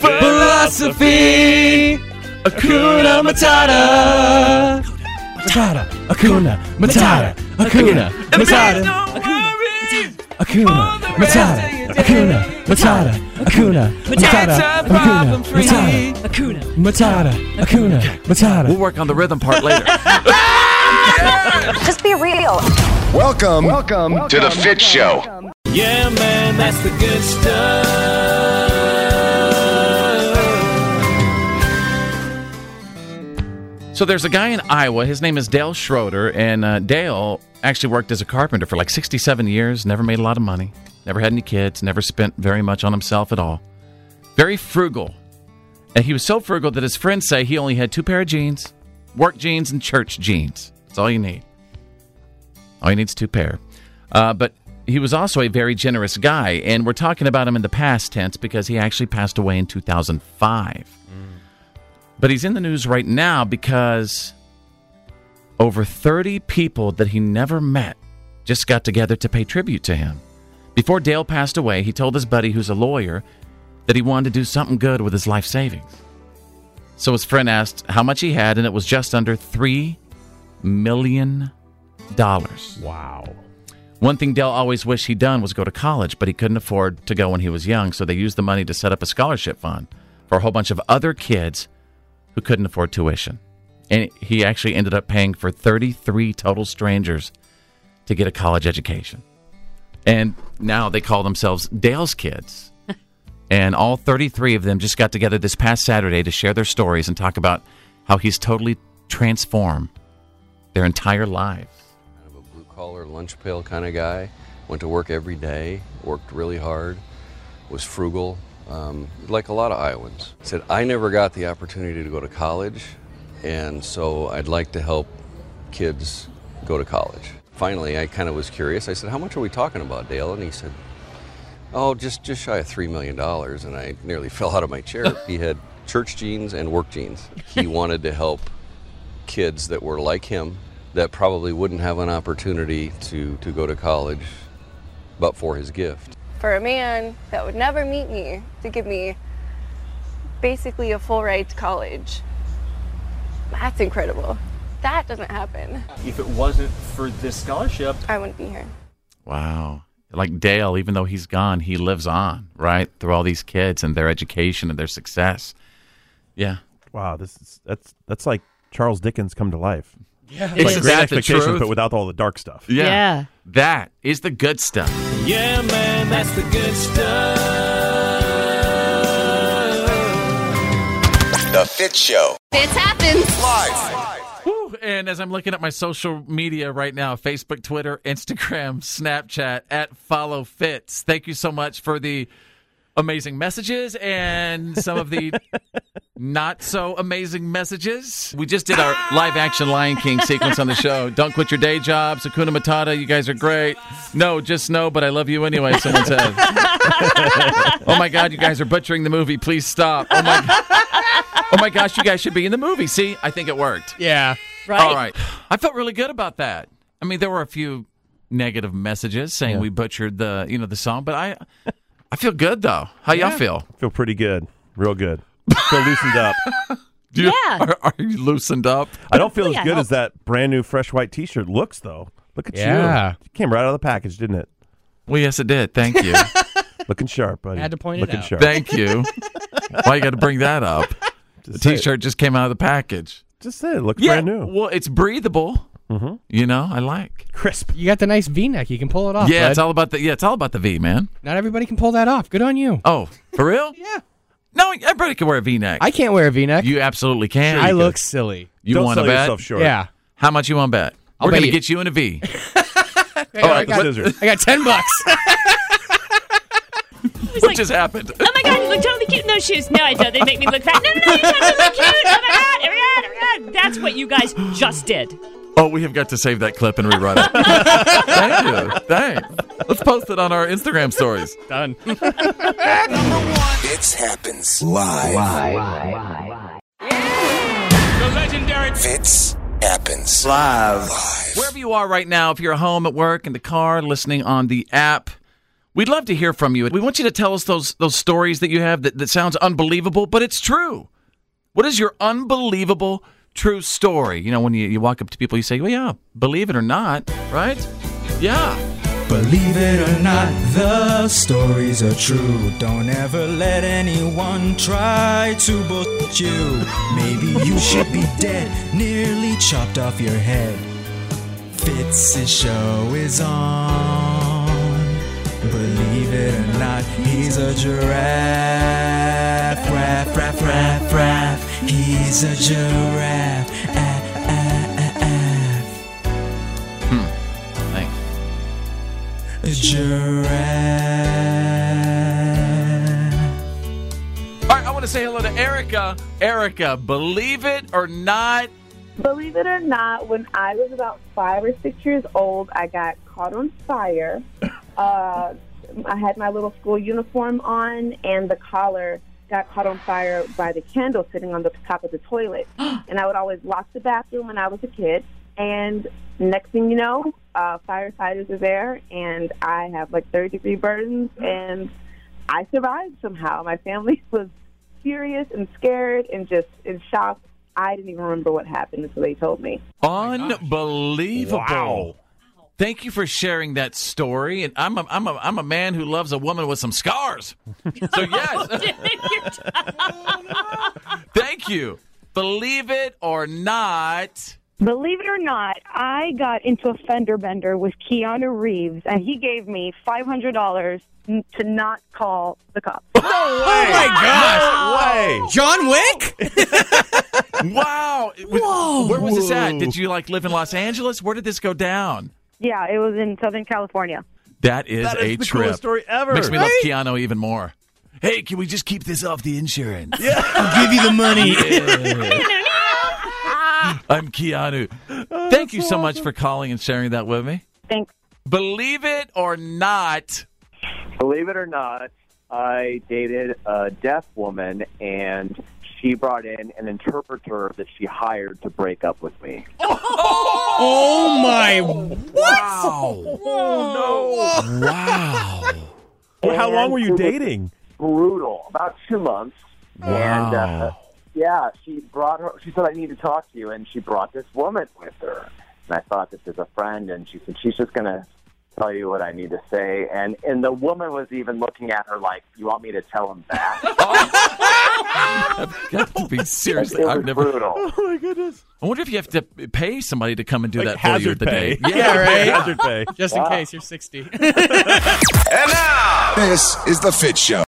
Speaker 16: philosophy. Akuna Matata. Matata. Akuna Matata. Akuna Matata. Akuna Matata. Akuna Matata. Akuna Matata. Akuna Matata.
Speaker 4: Hakuna.
Speaker 16: Matata. Akuna Matata.
Speaker 8: We'll work on the rhythm part later.
Speaker 21: Just be real.
Speaker 11: Welcome, welcome to the Fit Show.
Speaker 16: Yeah, man, that's the good stuff.
Speaker 8: So there's a guy in Iowa. His name is Dale Schroeder, and uh, Dale actually worked as a carpenter for like 67 years. Never made a lot of money. Never had any kids. Never spent very much on himself at all. Very frugal. And he was so frugal that his friends say he only had two pair of jeans, work jeans and church jeans. That's all you need. All you need is two pair. Uh, but he was also a very generous guy, and we're talking about him in the past tense because he actually passed away in 2005. But he's in the news right now because over 30 people that he never met just got together to pay tribute to him. Before Dale passed away, he told his buddy, who's a lawyer, that he wanted to do something good with his life savings. So his friend asked how much he had, and it was just under $3 million. Wow. One thing Dell always wished he'd done was go to college, but he couldn't afford to go when he was young, so they used the money to set up a scholarship fund for a whole bunch of other kids who couldn't afford tuition. And he actually ended up paying for 33 total strangers to get a college education. And now they call themselves Dale's Kids. and all 33 of them just got together this past Saturday to share their stories and talk about how he's totally transformed their entire lives.
Speaker 22: blue collar lunch pail kind of guy. Went to work every day, worked really hard, was frugal, um, like a lot of Iowans. Said, I never got the opportunity to go to college, and so I'd like to help kids go to college. Finally, I kind of was curious. I said, How much are we talking about, Dale? And he said, Oh, just, just shy of $3 million. And I nearly fell out of my chair. he had church jeans and work jeans. He wanted to help kids that were like him that probably wouldn't have an opportunity to, to go to college but for his gift.
Speaker 21: For a man that would never meet me to give me basically a full ride to college. That's incredible. That doesn't happen.
Speaker 3: If it wasn't for this scholarship,
Speaker 21: I wouldn't be here.
Speaker 8: Wow. Like Dale, even though he's gone, he lives on, right? Through all these kids and their education and their success. Yeah.
Speaker 9: Wow, this is that's that's like Charles Dickens come to life.
Speaker 16: Yeah.
Speaker 9: Like
Speaker 16: Isn't
Speaker 9: great
Speaker 16: that the
Speaker 9: expectations,
Speaker 16: truth?
Speaker 9: but without all the dark stuff.
Speaker 8: Yeah. That is the good stuff.
Speaker 16: Yeah, man, that's the good stuff.
Speaker 11: The Fit Show.
Speaker 21: This happens. Live.
Speaker 8: Whew. And as I'm looking at my social media right now Facebook, Twitter, Instagram, Snapchat, at Follow Fits. Thank you so much for the amazing messages and some of the not so amazing messages. We just did our live action Lion King sequence on the show. Don't quit your day jobs. Akuna Matata, you guys are great. No, just no, but I love you anyway, someone said. oh my God, you guys are butchering the movie. Please stop. Oh my, oh my gosh, you guys should be in the movie. See, I think it worked.
Speaker 20: Yeah.
Speaker 8: All right. I felt really good about that. I mean, there were a few negative messages saying we butchered the you know the song, but I I feel good though. How y'all feel?
Speaker 9: Feel pretty good. Real good. Feel loosened up.
Speaker 8: yeah. Are, are you loosened up?
Speaker 9: I don't feel
Speaker 8: Hopefully I
Speaker 9: as good as
Speaker 8: helped.
Speaker 9: that brand new fresh white T-shirt looks, though. Look at
Speaker 8: Yeah.
Speaker 9: you. It came right out of the package, didn't it?
Speaker 8: Well, yes, it did. Thank you.
Speaker 9: Looking sharp, buddy.
Speaker 12: Had to point it
Speaker 9: Looking
Speaker 12: out.
Speaker 9: sharp.
Speaker 8: Thank you. Why you got to bring that up? The
Speaker 9: say it.
Speaker 8: T-shirt just came out of the package.
Speaker 9: Just said it looks
Speaker 8: Yeah,
Speaker 9: brand new.
Speaker 8: Well, it's breathable.
Speaker 9: Mm-hmm.
Speaker 8: You know, I like.
Speaker 9: Crisp.
Speaker 12: You got the nice V-neck. You can pull it off.
Speaker 8: yeah,
Speaker 12: bud.
Speaker 8: it's all about the yeah, it's all about the V, man.
Speaker 12: Not everybody can pull that off. Good on you.
Speaker 8: Oh, for real? yeah. No, everybody can wear a V-neck.
Speaker 12: I can't wear a V-neck.
Speaker 8: You absolutely can.
Speaker 12: I look silly.
Speaker 8: You
Speaker 9: Don't
Speaker 8: want to
Speaker 9: sell
Speaker 8: bet?
Speaker 9: yourself short.
Speaker 12: Yeah.
Speaker 8: How much you want to bet?
Speaker 12: I'll
Speaker 8: We're
Speaker 12: bet
Speaker 8: gonna
Speaker 12: you-
Speaker 8: get you in a V.
Speaker 12: All right,
Speaker 8: I got-
Speaker 9: scissors.
Speaker 12: I got ten bucks.
Speaker 8: what just happened?
Speaker 4: Oh my god, you look totally cute in those shoes. No, I don't. They make me look fat. No, no, no, you totally look cute. Oh my god, oh my god, oh my god. That's what you guys just did.
Speaker 8: Oh, we have got to save that clip and rerun it. Thank you. Thanks. Let's post it on our Instagram stories.
Speaker 12: Done.
Speaker 11: It happens live.
Speaker 23: The legendary
Speaker 11: Fits happens live.
Speaker 8: Wherever you are right now, if you're at home, at work, in the car, listening on the app, we'd love to hear from you. We want you to tell us those those stories that you have that, that sounds unbelievable, but it's true. What is your unbelievable true story? You know, when you, you walk up to people, you say, Well, yeah, believe it or not, right? Yeah.
Speaker 24: Believe it or not, the stories are true. Don't ever let anyone try to bullshit you. Maybe you should be dead, nearly chopped off your head. Fitz's show is on. Believe it or not, he's a giraffe. Raff, raff, raff, raff. He's a giraffe.
Speaker 8: Thanks.
Speaker 24: A giraffe.
Speaker 8: All right, I want to say hello to Erica. Erica, believe it or not,
Speaker 25: Believe it or not, when I was about five or six years old, I got caught on fire. Uh, I had my little school uniform on, and the collar got caught on fire by the candle sitting on the top of the toilet. and I would always lock the bathroom when I was a kid. And next thing you know, uh, firefighters are there, and I have like third degree burns, and I survived somehow. My family was furious and scared and just in shock. I didn't even remember what happened until they told me.
Speaker 8: unbelievable.
Speaker 25: Wow.
Speaker 8: Thank you for sharing that story. And I'm a, I'm a, I'm a man who loves a woman with some scars. So
Speaker 9: Oh,
Speaker 8: yes. Thank you. Believe it or not.
Speaker 26: Believe it or not, I got into a fender bender with Keanu Reeves, and he gave me $500 n- to not call the cops.
Speaker 8: Oh my
Speaker 9: gosh! Way.
Speaker 12: John Wick?
Speaker 8: wow. It was- Where was this at? Did you like live in Los Angeles? Where did this go down?
Speaker 26: Yeah, it was in Southern California.
Speaker 8: That is,
Speaker 9: That is
Speaker 8: a
Speaker 9: the coolest
Speaker 8: trip.
Speaker 9: story ever.
Speaker 8: Makes me
Speaker 9: Right?
Speaker 8: love Keanu even more. Hey, can we just keep this off the insurance?
Speaker 9: Yeah.
Speaker 8: I'll give you the money. I'm Keanu. Thank you so much for calling and sharing that with me.
Speaker 26: Thanks.
Speaker 8: Believe it or not,
Speaker 16: Believe it or not, I dated a deaf woman, and she brought in an interpreter that she hired to break up with me.
Speaker 12: Oh my! What?
Speaker 9: Oh
Speaker 8: no! Wow.
Speaker 9: Well, how long were you
Speaker 16: And it was
Speaker 9: dating?
Speaker 16: Brutal. About two months. And, uh,
Speaker 9: Wow.
Speaker 16: yeah, she brought her. She said, "I need to talk to you," and she brought this woman with her. And I thought this is a friend, and she said, "She's just gonna." Tell you what I need to say, and and the woman was even looking at her like, "You want me to tell him that?"
Speaker 8: got to be seriously.
Speaker 16: It was
Speaker 8: I've never.
Speaker 16: brutal.
Speaker 9: Oh my goodness.
Speaker 8: I wonder if you have to pay somebody to come and do
Speaker 9: Like
Speaker 8: that for you
Speaker 9: hazard
Speaker 8: at the
Speaker 9: pay.
Speaker 8: day.
Speaker 12: Yeah, right.
Speaker 9: Hazard pay.
Speaker 12: Just in
Speaker 16: Wow.
Speaker 12: case you're 60.
Speaker 11: This is the Fit Show.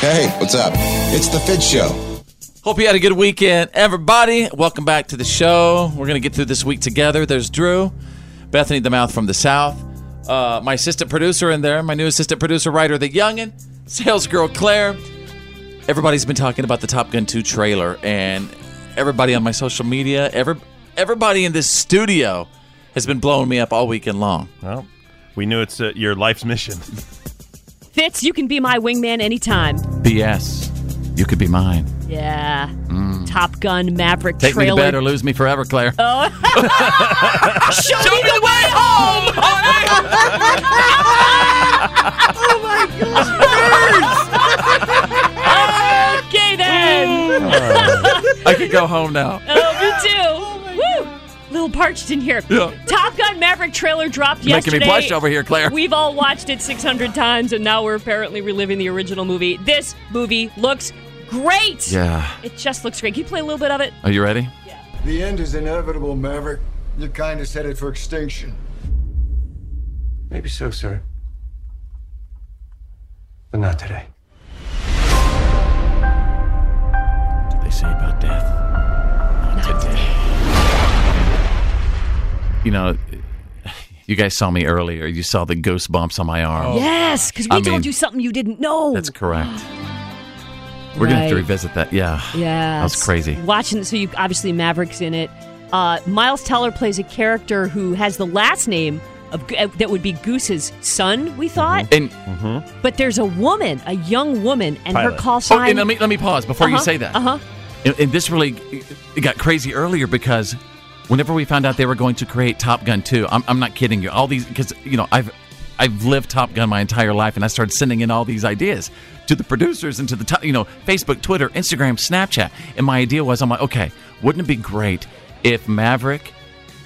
Speaker 11: Hey, what's up? It's the Fit Show.
Speaker 13: Hope you had a good weekend, everybody. Welcome back to the show. We're going to get through this week together. There's Drew, Bethany the Mouth from the South, uh, my assistant producer in there, my new assistant producer writer, the Youngin, sales girl Claire. Everybody's been talking about the Top Gun 2 trailer, and everybody on my social media, every, everybody in this studio has been blowing me up all weekend long.
Speaker 9: Well, we knew it's uh, your life's mission.
Speaker 4: Fitz, you can be my wingman anytime.
Speaker 8: BS. You could be mine.
Speaker 4: Yeah. Top Gun Maverick
Speaker 8: Mm. Take me
Speaker 4: trailer.
Speaker 8: to bed or lose me forever, Claire.
Speaker 4: Oh. Show, me the way
Speaker 7: home! oh my gosh!
Speaker 4: okay then.
Speaker 8: I could go home now.
Speaker 4: Oh, me too. Woo! Little parched in here.
Speaker 8: Yeah.
Speaker 4: Top Gun Maverick trailer dropped
Speaker 8: You're making
Speaker 4: yesterday.
Speaker 8: me blush over here, Claire.
Speaker 4: We've all watched it 600 times, and now we're apparently reliving the original movie. This movie looks great.
Speaker 8: Yeah.
Speaker 4: It just looks great. Can you play a little bit of it?
Speaker 8: Are you ready?
Speaker 5: The end is inevitable, Maverick. Your kind is headed for extinction.
Speaker 27: Maybe so, sir. But not today.
Speaker 8: What did they say about death? You know, you guys saw me earlier. You saw the goosebumps on my
Speaker 13: Oh.
Speaker 8: arm.
Speaker 4: yes, because we
Speaker 8: Oh. I
Speaker 4: told
Speaker 8: mean,
Speaker 4: you something you didn't know.
Speaker 8: That's correct. We're gonna have to
Speaker 4: Right.
Speaker 8: revisit that. Yeah.
Speaker 4: Yeah,
Speaker 8: That was
Speaker 4: it's
Speaker 8: crazy.
Speaker 4: Watching, so you obviously Maverick's in it. Uh, Miles Teller plays a character who has the last name of Go- uh, that would be Goose's son. We thought,
Speaker 8: And
Speaker 4: but there's a woman, a young woman, and her
Speaker 8: Pilot.
Speaker 4: call
Speaker 8: Oh,
Speaker 4: sign.
Speaker 8: and let me let me pause before you say that.
Speaker 4: Uh huh.
Speaker 8: And, and this really it got crazy earlier because whenever we found out they were going to create Top Gun 2, I'm, I'm not kidding you. All these because you know I've I've lived Top Gun my entire life, and I started sending in all these ideas to the producers and to the top, you know Facebook, Twitter, Instagram, Snapchat. And my idea was, I'm like, okay, wouldn't it be great if Maverick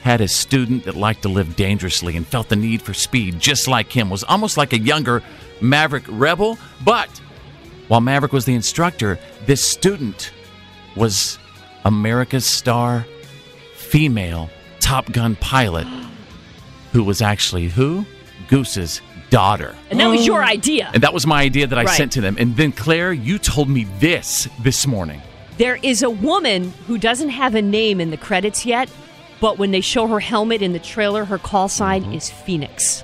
Speaker 8: had a student that liked to live dangerously and felt the need for speed, just like him, was almost like a younger Maverick rebel, but while Maverick was the instructor, this student was America's star female Top Gun pilot who was actually who? Goose's daughter.
Speaker 4: And that was your idea.
Speaker 8: Mm. And that was my idea that I
Speaker 4: Right.
Speaker 8: sent to them. And then Claire, you told me this this morning.
Speaker 4: There is a woman who doesn't have a name in the credits yet, but when they show her helmet in the trailer, her call sign
Speaker 8: Mm-hmm.
Speaker 4: is Phoenix.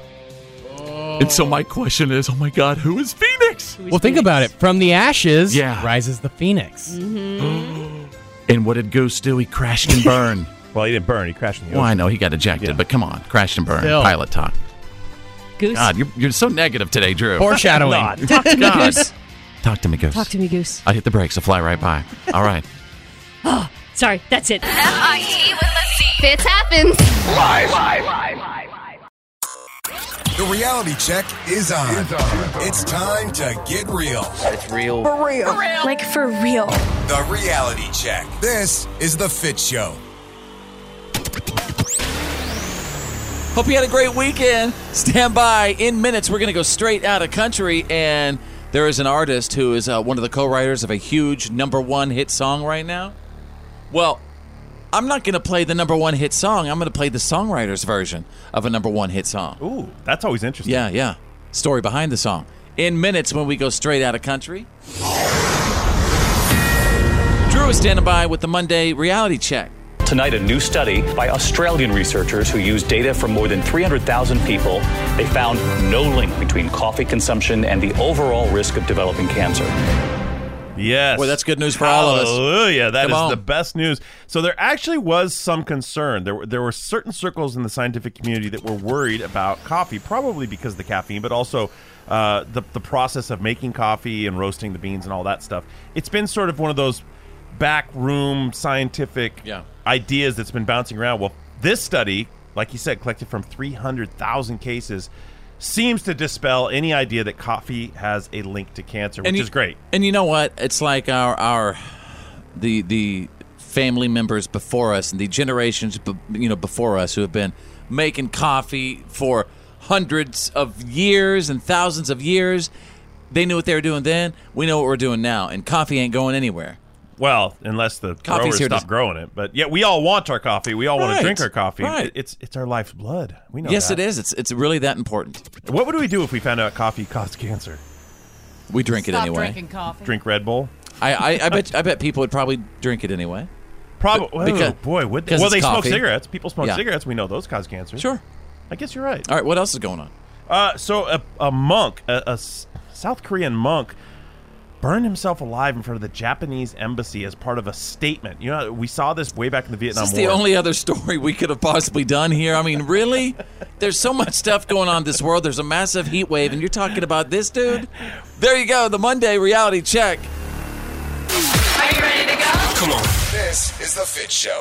Speaker 8: And so my question is, oh my God, who is Phoenix?
Speaker 12: Well, think about it. From the ashes
Speaker 8: Yeah.
Speaker 12: rises the phoenix.
Speaker 8: And what did Goose do? He crashed and burned.
Speaker 9: well, he didn't burn. He crashed in the
Speaker 8: Well, I
Speaker 9: ocean.
Speaker 8: know he got ejected, but come on, crashed and burned.
Speaker 9: Still.
Speaker 8: Pilot talk.
Speaker 4: Goose,
Speaker 8: God, you're, you're so negative today, Drew.
Speaker 4: Foreshadowing.
Speaker 8: God.
Speaker 4: Talk to me,
Speaker 8: God.
Speaker 4: Goose.
Speaker 8: Talk to me, Goose.
Speaker 4: talk to me, Goose.
Speaker 8: I hit the brakes. I fly right by. All right.
Speaker 4: Oh, sorry, that's it.
Speaker 2: F-I-T with a C. Fits happens.
Speaker 11: Live. The reality check is on. It's time to get real. It's real.
Speaker 28: For real. Like for real.
Speaker 11: The reality check. This is the Fit Show.
Speaker 13: Hope you had a great weekend. Stand by. In minutes, we're going to go straight out of country. And there is an artist who is uh, one of the co writers of a huge number one hit song right now. Well, I'm not going to play the number one hit song. I'm going to play the songwriter's version of a number one hit song.
Speaker 9: Ooh, that's always interesting.
Speaker 13: Yeah, yeah. Story behind the song. In minutes, when we go straight out of country. Drew is standing by with the Monday reality check.
Speaker 29: Tonight, a new study by Australian researchers who used data from more than 300,000 people, they found no link between coffee consumption and the overall risk of developing cancer.
Speaker 9: Yes.
Speaker 13: Well, that's good news for all of us.
Speaker 9: Hallelujah. That is
Speaker 13: Come on.
Speaker 9: the best news. So there actually was some concern. There were there were certain circles in the scientific community that were worried about coffee, probably because of the caffeine, but also uh, the the process of making coffee and roasting the beans and all that stuff. It's been sort of one of those backroom scientific ideas that's been bouncing around. Well, this study, like you said, collected from 300,000 cases, seems to dispel any idea that coffee has a link to cancer, which
Speaker 13: you-
Speaker 9: is great.
Speaker 13: And you know what? It's like our our the the family members before us and the generations be, you know before us who have been making coffee for hundreds of years and thousands of years. They knew what they were doing then. We know what we're doing now, and coffee ain't going anywhere.
Speaker 9: Well, unless the
Speaker 13: Coffee's
Speaker 9: growers
Speaker 13: here to-
Speaker 9: stop growing it, but yeah, we all want our coffee. We all want
Speaker 13: Right.
Speaker 9: to drink our coffee.
Speaker 13: Right.
Speaker 9: It- It's it's our life's blood. We know.
Speaker 13: yes,
Speaker 9: that.
Speaker 13: it is. It's it's really that important.
Speaker 9: What would we do if we found out coffee caused cancer?
Speaker 13: We drink it
Speaker 10: Stop
Speaker 13: anyway.
Speaker 10: drinking coffee.
Speaker 9: Drink Red Bull.
Speaker 13: I, I I bet I bet people would probably drink it anyway.
Speaker 9: Probably.
Speaker 13: Be- because-
Speaker 9: oh, boy, would they?
Speaker 13: because
Speaker 9: Well,
Speaker 13: it's
Speaker 9: they
Speaker 13: coffee.
Speaker 9: smoke cigarettes. People smoke
Speaker 13: Yeah.
Speaker 9: cigarettes. We know those cause cancer.
Speaker 13: Sure.
Speaker 9: I guess you're right.
Speaker 13: All right. What else is going on?
Speaker 9: Uh, so a, a monk, a, a S- South Korean monk, burned himself alive in front of the Japanese embassy as part of a statement. You know, we saw this way back in the Vietnam
Speaker 13: This is
Speaker 9: War.
Speaker 13: the only other story we could have possibly done here. I mean, really? There's so much stuff going on in this world. There's a massive heat wave, and you're talking about this dude? There you go, the Monday reality check.
Speaker 11: Come on. This is the Fit Show.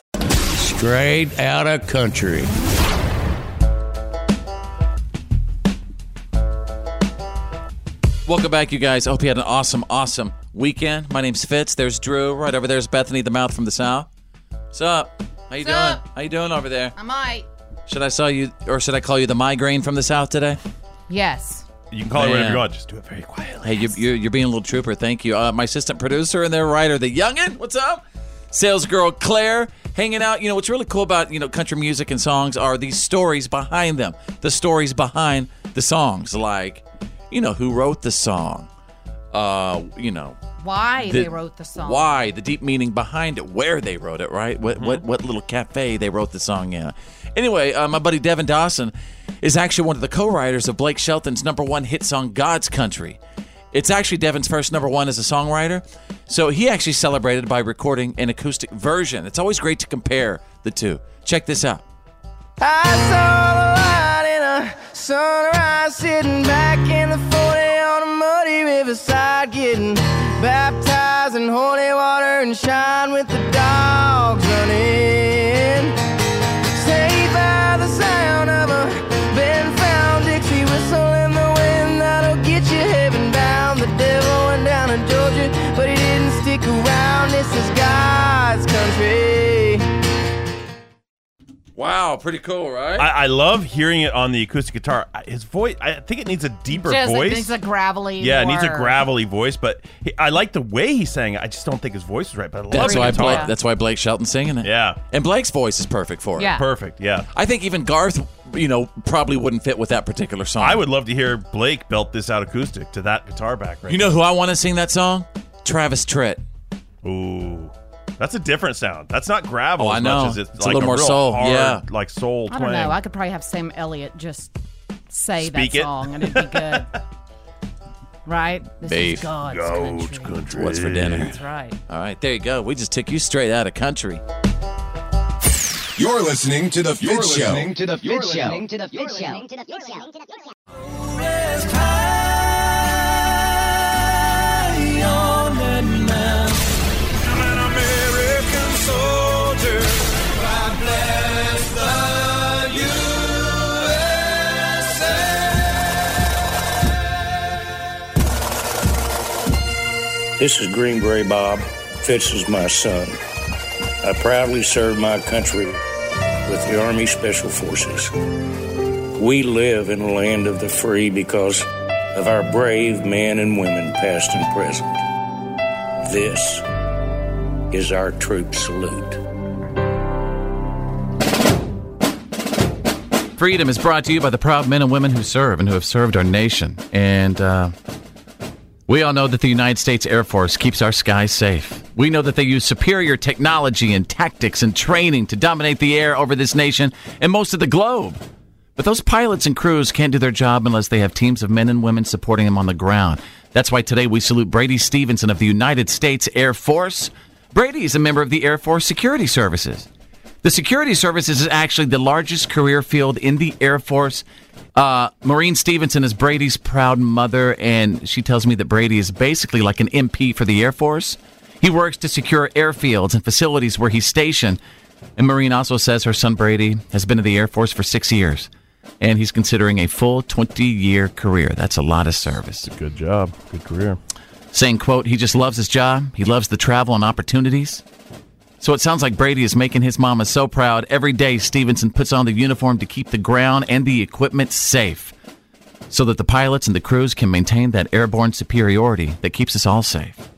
Speaker 30: Straight out of country.
Speaker 13: Welcome back, you guys. I hope you had an awesome, awesome weekend. My name's Fitz. There's Drew. Right over there's Bethany, the mouth from the south. What's up? How
Speaker 10: What's
Speaker 13: you doing?
Speaker 10: up?
Speaker 13: How you doing over there?
Speaker 10: I might.
Speaker 13: Should I saw you, or should I call you the migraine from the south today?
Speaker 10: Yes.
Speaker 9: You can call it whatever
Speaker 13: Man.
Speaker 9: you want. Just do it very quiet.
Speaker 13: Hey, you're, you're, you're being a little trooper. Thank you. Uh, my assistant producer and their writer, the youngin. What's up? Sales girl Claire, hanging out. You know what's really cool about you know country music and songs are these stories behind them. The stories behind the songs, like you know who wrote the song. Uh, you know
Speaker 10: Why
Speaker 13: the-
Speaker 10: they wrote the song?
Speaker 13: Why? The deep meaning behind it. Where they wrote it, right? What
Speaker 10: Mm-hmm.
Speaker 13: what what little cafe they wrote the song in. Anyway, uh, my buddy Devin Dawson is actually one of the co-writers of Blake Shelton's number one hit song "God's Country." It's actually Devin's first number one as a songwriter, so he actually celebrated by recording an acoustic version. It's always great to compare the two. Check this out.
Speaker 1: I saw the light in a sunrise, sitting back in the 40 on a muddy riverside, getting baptized in holy water and shine with the dogs running. Saved by the sound of a been found Dixie whistle in the wind that'll get you heaven bound. The devil went down to Georgia, but he didn't stick around. This is God's country.
Speaker 13: Wow, pretty cool, right?
Speaker 9: I, I love hearing it on the acoustic guitar. I- His voice, I think it needs a deeper
Speaker 10: Just
Speaker 9: voice.
Speaker 10: Like, it's a gravelly.
Speaker 9: yeah, it needs a
Speaker 10: more-
Speaker 9: gravelly voice, but he, I like the way he sang it. I just don't think his voice is right. But I love
Speaker 13: That's
Speaker 9: the
Speaker 13: why
Speaker 9: guitar.
Speaker 13: Blake, that's why Blake Shelton's singing it.
Speaker 9: Yeah,
Speaker 13: and Blake's voice is perfect for it.
Speaker 9: Yeah. Perfect. Yeah.
Speaker 13: I think even Garth, you know, probably wouldn't fit with that particular song.
Speaker 9: I would love to hear Blake belt this out acoustic to that guitar back right
Speaker 13: You know who I want to sing that song? Travis Tritt.
Speaker 9: Ooh. That's a different sound. That's not gravel
Speaker 13: Oh, I
Speaker 9: as
Speaker 13: know.
Speaker 9: much as it's,
Speaker 13: It's a
Speaker 9: like
Speaker 13: little more
Speaker 9: real
Speaker 13: soul,
Speaker 9: hard,
Speaker 13: yeah.
Speaker 9: like soul
Speaker 10: I
Speaker 9: twang.
Speaker 10: don't know. I could probably have Sam Elliott just say
Speaker 9: Speak
Speaker 10: that
Speaker 9: it.
Speaker 10: song, and it'd be good. right? This is God's country.
Speaker 13: What's for dinner?
Speaker 10: That's right.
Speaker 13: All right, there you go. We just took you straight out of country.
Speaker 11: You're listening to The Fit Show.
Speaker 3: You're listening to the
Speaker 6: You're
Speaker 3: Fit Show.
Speaker 6: listening to the Fit Show.
Speaker 22: This is Green Gray Bob. Fitz is my son. I proudly serve my country with the Army Special Forces. We live in a land of the free because of our brave men and women, past and present. This is our troop salute.
Speaker 8: Freedom is brought to you by the proud men and women who serve and who have served our nation. And uh, we all know that the United States Air Force keeps our skies safe. We know that they use superior technology and tactics and training to dominate the air over this nation and most of the globe. But those pilots and crews can't do their job unless they have teams of men and women supporting them on the ground. That's why today we salute Brady Stevenson of the United States Air Force. Brady is a member of the Air Force Security Services. The security services is actually the largest career field in the Air Force. Uh, Maureen Stevenson is Brady's proud mother, and she tells me that Brady is basically like an MP for the Air Force. He works to secure airfields and facilities where he's stationed. And Maureen also says her son Brady has been in the Air Force for six years, and he's considering a full 20 year career. That's a lot of service.
Speaker 9: good job. Good career.
Speaker 8: Saying, quote, he just loves his job, he loves the travel and opportunities. So it sounds like Brady is making his mama so proud. Every day, Stevenson puts on the uniform to keep the ground and the equipment safe so that the pilots and the crews can maintain that airborne superiority that keeps us all safe.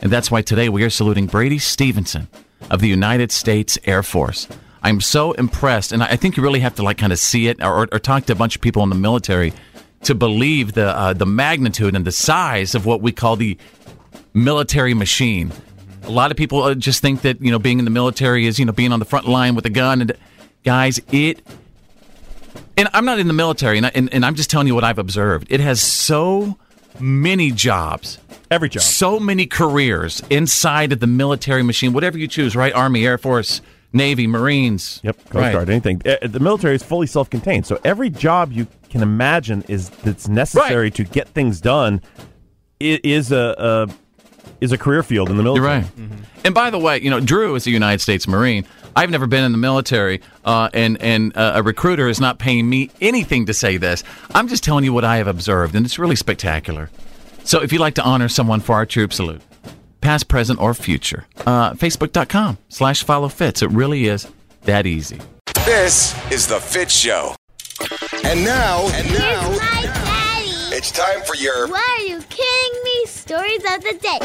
Speaker 8: And that's why today we are saluting Brady Stevenson of the United States Air Force. I'm so impressed, and I I think you really have to like kind of see it or, or talk to a bunch of people in the military to believe the uh, the magnitude and the size of what we call the military machine. A lot of people uh, just think that you know being in the military is you know being on the front line with a gun, and guys, it and I'm not in the military, and, I, and, and I'm just telling you what I've observed. It has so many jobs.
Speaker 9: Every job.
Speaker 8: So many careers inside of the military machine, whatever you choose, right? Army, Air Force, Navy, Marines.
Speaker 9: Yep. Coast
Speaker 8: Right.
Speaker 9: Guard, anything. Uh, The military is fully self-contained, so every job you can imagine is that's necessary to get things done. It is a, a is a career field in the military.
Speaker 31: You're right. And by the way, you know, Drew is a United States Marine. I've never been in the military, uh, and and uh, a recruiter is not paying me anything to say this. I'm just telling you what I have observed, and it's really spectacular. So, if you'd like to honor someone for our troop salute, past, present, or future, uh, Facebook.com/slash follow fits. It really is that easy.
Speaker 11: This is the Fit Show. And now, and now, it's time for your
Speaker 2: Why are you kidding me? Stories of the day.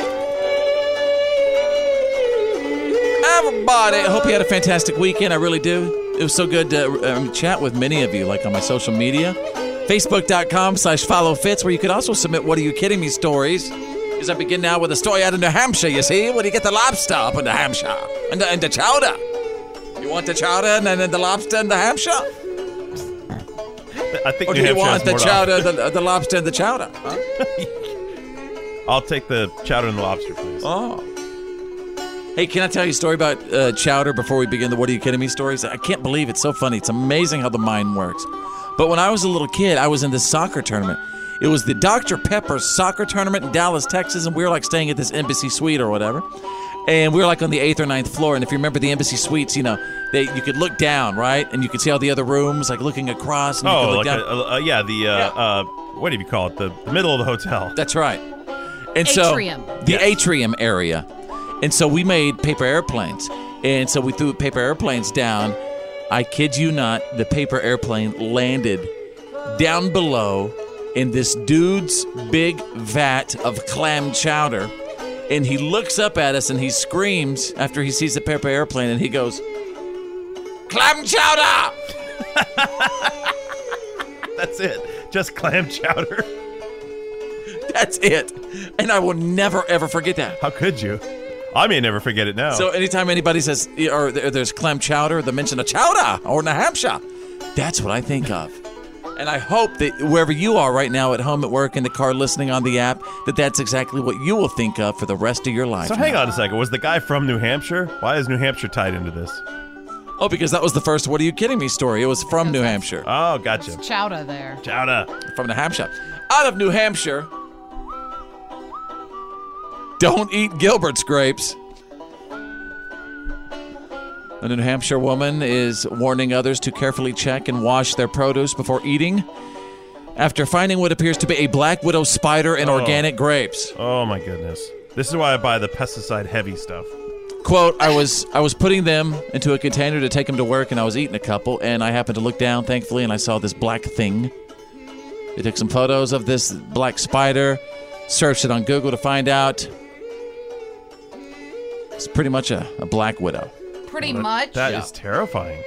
Speaker 8: Everybody, I hope you had a fantastic weekend. I really do. It was so good to um, chat with many of you, like on my social media. Facebook.com slash follow fits, where you could also submit What Are You Kidding Me stories. As I begin now with a story out of New Hampshire, you see, where you get the lobster up in New Hampshire and the, and the chowder. You want the chowder and then the lobster and the Hampshire?
Speaker 9: I think
Speaker 8: Or
Speaker 9: New
Speaker 8: do
Speaker 9: Hampshire
Speaker 8: you
Speaker 9: has
Speaker 8: want the
Speaker 9: more to
Speaker 8: chowder,
Speaker 9: offer.
Speaker 8: the, the lobster, and the chowder? huh?
Speaker 9: I'll take the chowder and the lobster, please.
Speaker 8: Oh. Hey, can I tell you a story about uh, chowder before we begin the What Are You Kidding Me stories? I can't believe it's so funny. It's amazing how the mind works. But when I was a little kid, I was in this soccer tournament. It was the Dr. Pepper soccer tournament in Dallas, Texas, and we were like staying at this embassy suite or whatever. And we were like on the eighth or ninth floor. And if you remember the embassy suites, you know, they, you could look down, right? And you could see all the other rooms, like looking across. And you could
Speaker 9: Oh,
Speaker 8: look
Speaker 9: like
Speaker 8: down.
Speaker 9: a, a, a- yeah, the uh, Uh, what do you call it? The, the middle of the hotel.
Speaker 8: That's right. And so
Speaker 9: Atrium.
Speaker 8: the atrium area. And so we made paper airplanes. And so we threw paper airplanes down. I kid you not, the paper airplane landed down below in this dude's big vat of clam chowder. And he looks up at us and he screams after he sees the paper airplane and he goes, Clam chowder!
Speaker 9: That's it. Just clam chowder.
Speaker 8: That's it. And I will never, ever forget that.
Speaker 9: How could you? I may never forget it now.
Speaker 8: So anytime anybody says or there- there's clam chowder, the mention of chowder or New Hampshire, that's what I think of. And I hope that wherever you are right now, at home, at work, in the car, listening on the app, that that's exactly what you will think of for the rest of your life.
Speaker 9: So hang on a second. Was the guy from New Hampshire? Why is New Hampshire tied into this?
Speaker 8: Oh, because that was the first "What are you kidding me?" story. It was from New Hampshire.
Speaker 9: Oh, gotcha.
Speaker 10: Chowda there.
Speaker 9: Chowda
Speaker 8: from New Hampshire. Out of New Hampshire, don't eat Gilbert's grapes. A New Hampshire woman is warning others to carefully check and wash their produce before eating after finding what appears to be a black widow spider in
Speaker 9: Oh.
Speaker 8: organic grapes.
Speaker 9: Oh my goodness. This is why I buy the pesticide heavy stuff.
Speaker 8: Quote, I was I was putting them into a container to take them to work and I was eating a couple and I happened to look down thankfully and I saw this black thing. They took some photos of this black spider, searched it on Google to find out. It's pretty much a, a black widow.
Speaker 10: Pretty
Speaker 9: That-
Speaker 10: much.
Speaker 9: That is terrifying.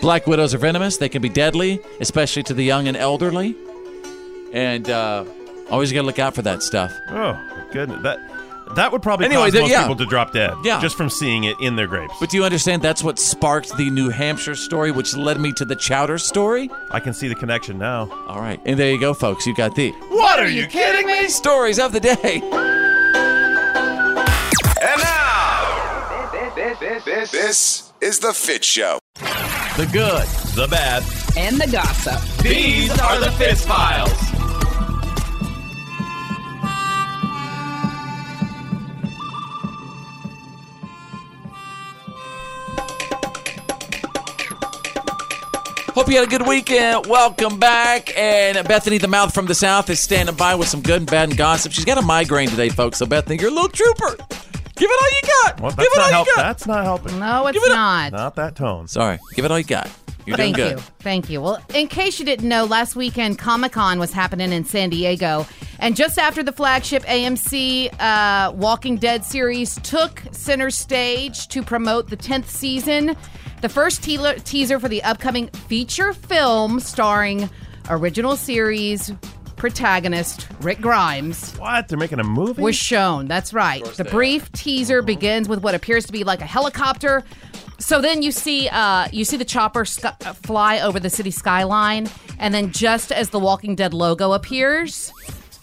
Speaker 8: Black widows are venomous. They can be deadly, especially to the young and elderly. And uh, always got to look out for that stuff.
Speaker 9: Oh my goodness. That that would probably
Speaker 8: Anyway,
Speaker 9: cause
Speaker 8: the-
Speaker 9: most
Speaker 8: yeah.
Speaker 9: people to drop dead.
Speaker 8: Yeah.
Speaker 9: Just from seeing it in their grapes.
Speaker 8: But do you understand that's what sparked the New Hampshire story, which led me to the chowder story?
Speaker 9: I can see the connection now.
Speaker 8: All right. And there you go, folks. You got the
Speaker 16: What are you kidding me?
Speaker 8: Stories of the day.
Speaker 11: And now, this is the Fit Show.
Speaker 8: The good,
Speaker 9: the bad,
Speaker 3: and the gossip.
Speaker 11: These are the Fist
Speaker 16: Files.
Speaker 8: Hope you had a good weekend. Welcome back. And Bethany, the mouth from the south, is standing by with some good and bad and gossip. She's got a migraine today, folks. So, Bethany, you're a little trooper. Give it all you got.
Speaker 9: Well,
Speaker 8: Give
Speaker 9: that's
Speaker 8: it
Speaker 9: not
Speaker 8: all you
Speaker 9: help.
Speaker 8: got.
Speaker 9: That's not helping.
Speaker 10: No, it's not.
Speaker 9: Not that tone.
Speaker 8: Sorry. Give it all you got. You're
Speaker 10: Thank
Speaker 8: doing
Speaker 10: you.
Speaker 8: good.
Speaker 10: Thank you. Well, in case you didn't know, last weekend Comic Con was happening in San Diego. And just after the flagship AMC uh, Walking Dead series took center stage to promote the 10th season, the first tealer- teaser for the upcoming feature film starring original series protagonist Rick Grimes
Speaker 9: What? They're making a movie?
Speaker 10: was shown. That's right. The brief
Speaker 8: Uh-huh.
Speaker 10: teaser begins with what appears to be like a helicopter. So then you see uh, you see the chopper sky- uh, fly over the city skyline, and then just as the Walking Dead logo appears,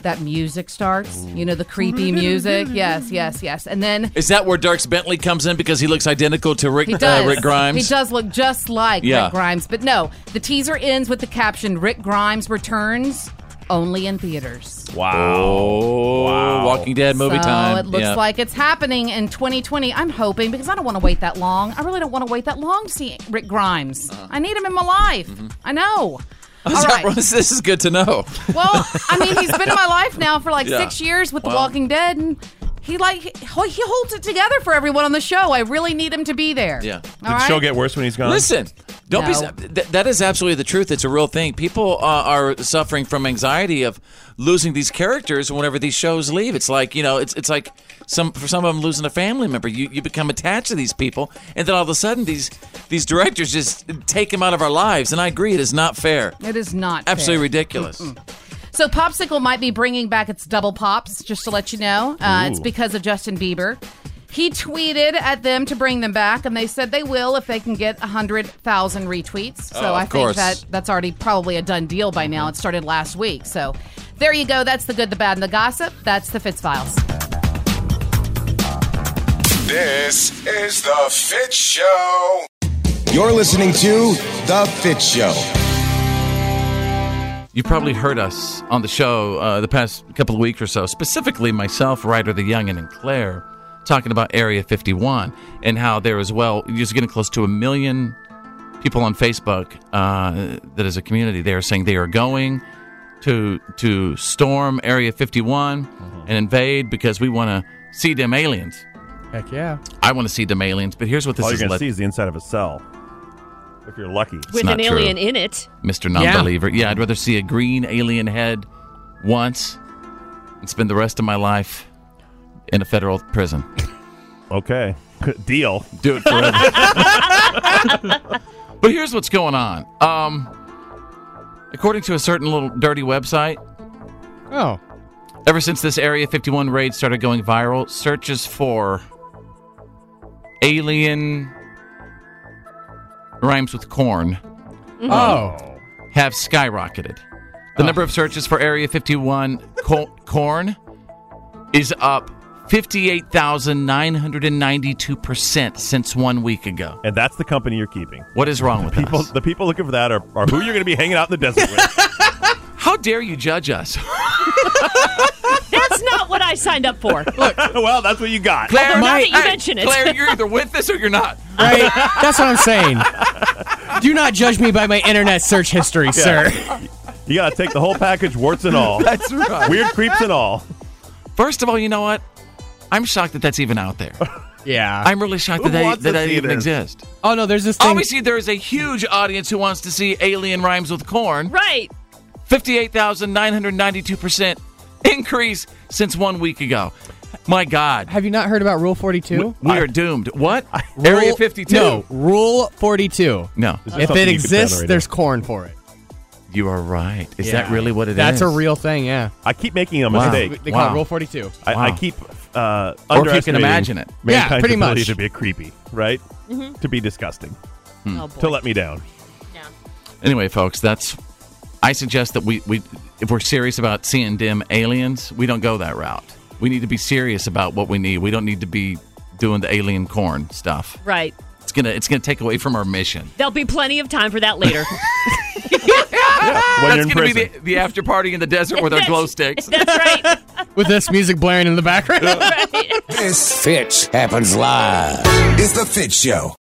Speaker 10: that music starts. You know the creepy music. Yes, yes, yes. And then
Speaker 8: Is that where Dirks Bentley comes in because he looks identical to Rick,
Speaker 10: he does.
Speaker 8: Uh, Rick Grimes?
Speaker 10: He does look just like
Speaker 8: Yeah.
Speaker 10: Rick Grimes, but no. The teaser ends with the caption "Rick Grimes returns." only in theaters.
Speaker 9: Wow.
Speaker 8: Oh,
Speaker 13: wow. Walking Dead movie
Speaker 10: so
Speaker 13: time.
Speaker 10: it looks
Speaker 13: Yeah.
Speaker 10: like it's happening in 2020. I'm hoping because I don't want to wait that long. I really don't want to wait that long to see Rick Grimes.
Speaker 13: Uh-huh.
Speaker 10: I need him in my life.
Speaker 13: Mm-hmm.
Speaker 10: I know. All right.
Speaker 13: this is good to know.
Speaker 10: Well, I mean, he's been in my life now for like
Speaker 13: Yeah.
Speaker 10: six years with The
Speaker 13: Wow.
Speaker 10: Walking Dead, and he like he he holds it together for everyone on the show. I really need him to be there.
Speaker 13: Yeah.
Speaker 10: All right.
Speaker 9: She'll get worse when he's gone.
Speaker 13: Listen, don't
Speaker 10: No.
Speaker 13: be. Th- that is absolutely the truth. It's a real thing. People uh, are suffering from anxiety of losing these characters whenever these shows leave. It's like you know, it's it's like some for some of them losing a family member. You you become attached to these people, and then all of a sudden these these directors just take them out of our lives. And I agree, it is not fair.
Speaker 10: It is not fair.
Speaker 13: Absolutely ridiculous.
Speaker 10: So Popsicle might be bringing back its double pops, just to let you know. Uh,
Speaker 13: Ooh.
Speaker 10: it's because of Justin Bieber. He tweeted at them to bring them back, and they said they will if they can get 100,000 retweets. So
Speaker 13: Oh, of
Speaker 10: I
Speaker 13: course.
Speaker 10: think that that's already probably a done deal by now. It started last week. So there you go. That's the good, the bad, and the gossip. That's the Fitz Files.
Speaker 11: This is The Fit Show. You're listening to The Fit Show.
Speaker 8: You've probably heard us on the show uh, the past couple of weeks or so, specifically myself, Ryder the Youngin, and Claire, talking about Area 51 and how there is, well, just getting close to a million people on Facebook uh, that is a community. They are saying they are going to to storm Area 51
Speaker 9: Mm-hmm.
Speaker 8: and invade because we want to see them aliens.
Speaker 12: Heck yeah.
Speaker 8: I want to see them aliens, but here's what this
Speaker 9: All
Speaker 8: is.
Speaker 9: Oh, you're gonna
Speaker 8: let-
Speaker 9: see is the inside of a cell. If you're lucky.
Speaker 8: It's
Speaker 4: with an
Speaker 8: not true.
Speaker 4: alien in it.
Speaker 8: Mr.
Speaker 4: Yeah.
Speaker 8: Non-believer. Yeah. I'd rather see a green alien head once and spend the rest of my life in a federal prison.
Speaker 9: Okay. Deal.
Speaker 8: Do it forever. but here's what's going on. Um, according to a certain little dirty website.
Speaker 12: Oh.
Speaker 8: Ever since this Area 51 raid started going viral, searches for alien rhymes with corn Mm-hmm. um,
Speaker 12: Mhm. Oh.
Speaker 8: have skyrocketed. The number of searches for Area 51 co- corn is up 58,992% since one week ago.
Speaker 9: And that's the company you're keeping.
Speaker 8: What is wrong with
Speaker 9: people,
Speaker 8: us?
Speaker 9: The people looking for that are, are who you're going to be hanging out in the desert with.
Speaker 8: How dare you judge us?
Speaker 4: That's not what I signed up for.
Speaker 9: well, that's what you got.
Speaker 4: Claire, Although now
Speaker 12: my-
Speaker 4: that you
Speaker 12: hey,
Speaker 4: mention it,
Speaker 8: Claire, you're either with us or you're not.
Speaker 12: Right? That's what I'm saying. Do not judge me by my internet search history, sir.
Speaker 9: You got to take the whole package, warts and all.
Speaker 8: That's right.
Speaker 9: Weird creeps and all.
Speaker 8: First of all, you know what? I'm shocked that that's even out there.
Speaker 12: Yeah.
Speaker 8: I'm really shocked
Speaker 12: Who
Speaker 8: that they,
Speaker 12: wants
Speaker 8: that
Speaker 12: to
Speaker 8: they
Speaker 12: see
Speaker 8: even
Speaker 12: this?
Speaker 8: exist.
Speaker 12: Oh no, there's this thing.
Speaker 8: Obviously, there is a huge audience who wants to see alien rhymes with corn.
Speaker 4: Right.
Speaker 8: 58,992% increase since one week ago. My God.
Speaker 12: Have you not heard about Rule 42?
Speaker 8: We are doomed. What? Area
Speaker 12: Rule-
Speaker 8: 52.
Speaker 12: No, Rule 42.
Speaker 8: No. Is there
Speaker 12: If it
Speaker 8: something you could
Speaker 12: exists,
Speaker 8: generate?
Speaker 12: there's corn for it.
Speaker 8: You are right. Is that
Speaker 12: Yeah.
Speaker 8: really what it is?
Speaker 12: That's a real thing, yeah.
Speaker 9: I keep making a
Speaker 8: Wow.
Speaker 9: mistake.
Speaker 12: They call it Wow. Rule 42.
Speaker 9: I, I
Speaker 12: Wow.
Speaker 9: keep uh,
Speaker 8: Or if you can
Speaker 9: underestimating
Speaker 8: imagine it.
Speaker 12: Yeah,
Speaker 9: mankind's
Speaker 12: pretty
Speaker 9: ability
Speaker 12: much.
Speaker 9: to be creepy, right?
Speaker 8: Mm-hmm.
Speaker 12: Mhm.
Speaker 9: To be disgusting.
Speaker 8: Hmm.
Speaker 4: Oh, boy.
Speaker 9: to let me down.
Speaker 8: Anyway, folks, that's. I suggest that we, we, if we're serious about seeing dim aliens, we don't go that route. We need to be serious about what we need. We don't need to be doing the alien corn stuff.
Speaker 4: Right.
Speaker 8: It's gonna, it's gonna take away from our mission.
Speaker 4: There'll be plenty of time for that later.
Speaker 8: That's
Speaker 4: you're in
Speaker 8: gonna be
Speaker 4: prison.
Speaker 8: the, the after party in the desert with our glow sticks.
Speaker 12: With this music blaring in the background.
Speaker 11: This Fit happens live. It's The Fit Show.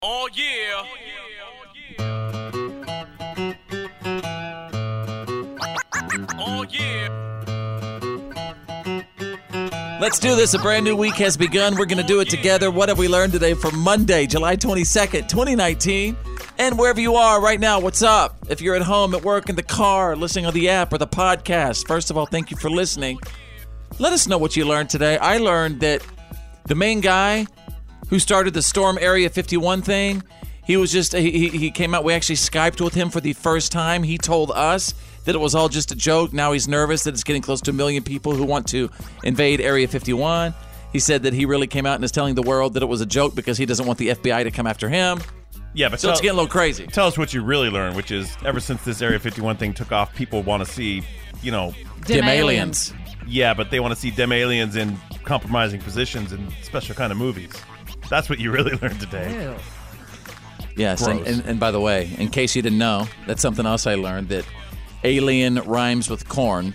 Speaker 13: Let's do this. A brand new week has begun. We're going to do it together. What have we learned today for Monday, July 22nd, 2019? And wherever you are right now, what's up? If you're at home, at work, in the car, listening on the app or the podcast, first of all, thank you for listening. Let us know what you learned today. I learned that the main guy who started the Storm Area 51 thing, he was just, he, he- he came out. We actually Skyped with him for the first time. He told us that it was all just a joke. Now he's nervous that it's getting close to a million people who want to invade Area 51. He said that he really came out and is telling the world that it was a joke because he doesn't want the FBI to come after him.
Speaker 9: Yeah, but
Speaker 13: So it's getting a little crazy.
Speaker 9: Tell us what you really learned, which is ever since this Area 51 thing took off, people want to see, you know,
Speaker 13: Dim Dim aliens.
Speaker 9: Yeah, but they want to see dim aliens in compromising positions in special kind of movies. That's what you really learned today.
Speaker 13: Yes, and,
Speaker 9: Gross.
Speaker 13: and, and by the way, in case you didn't know, that's something else I learned that alien rhymes with corn.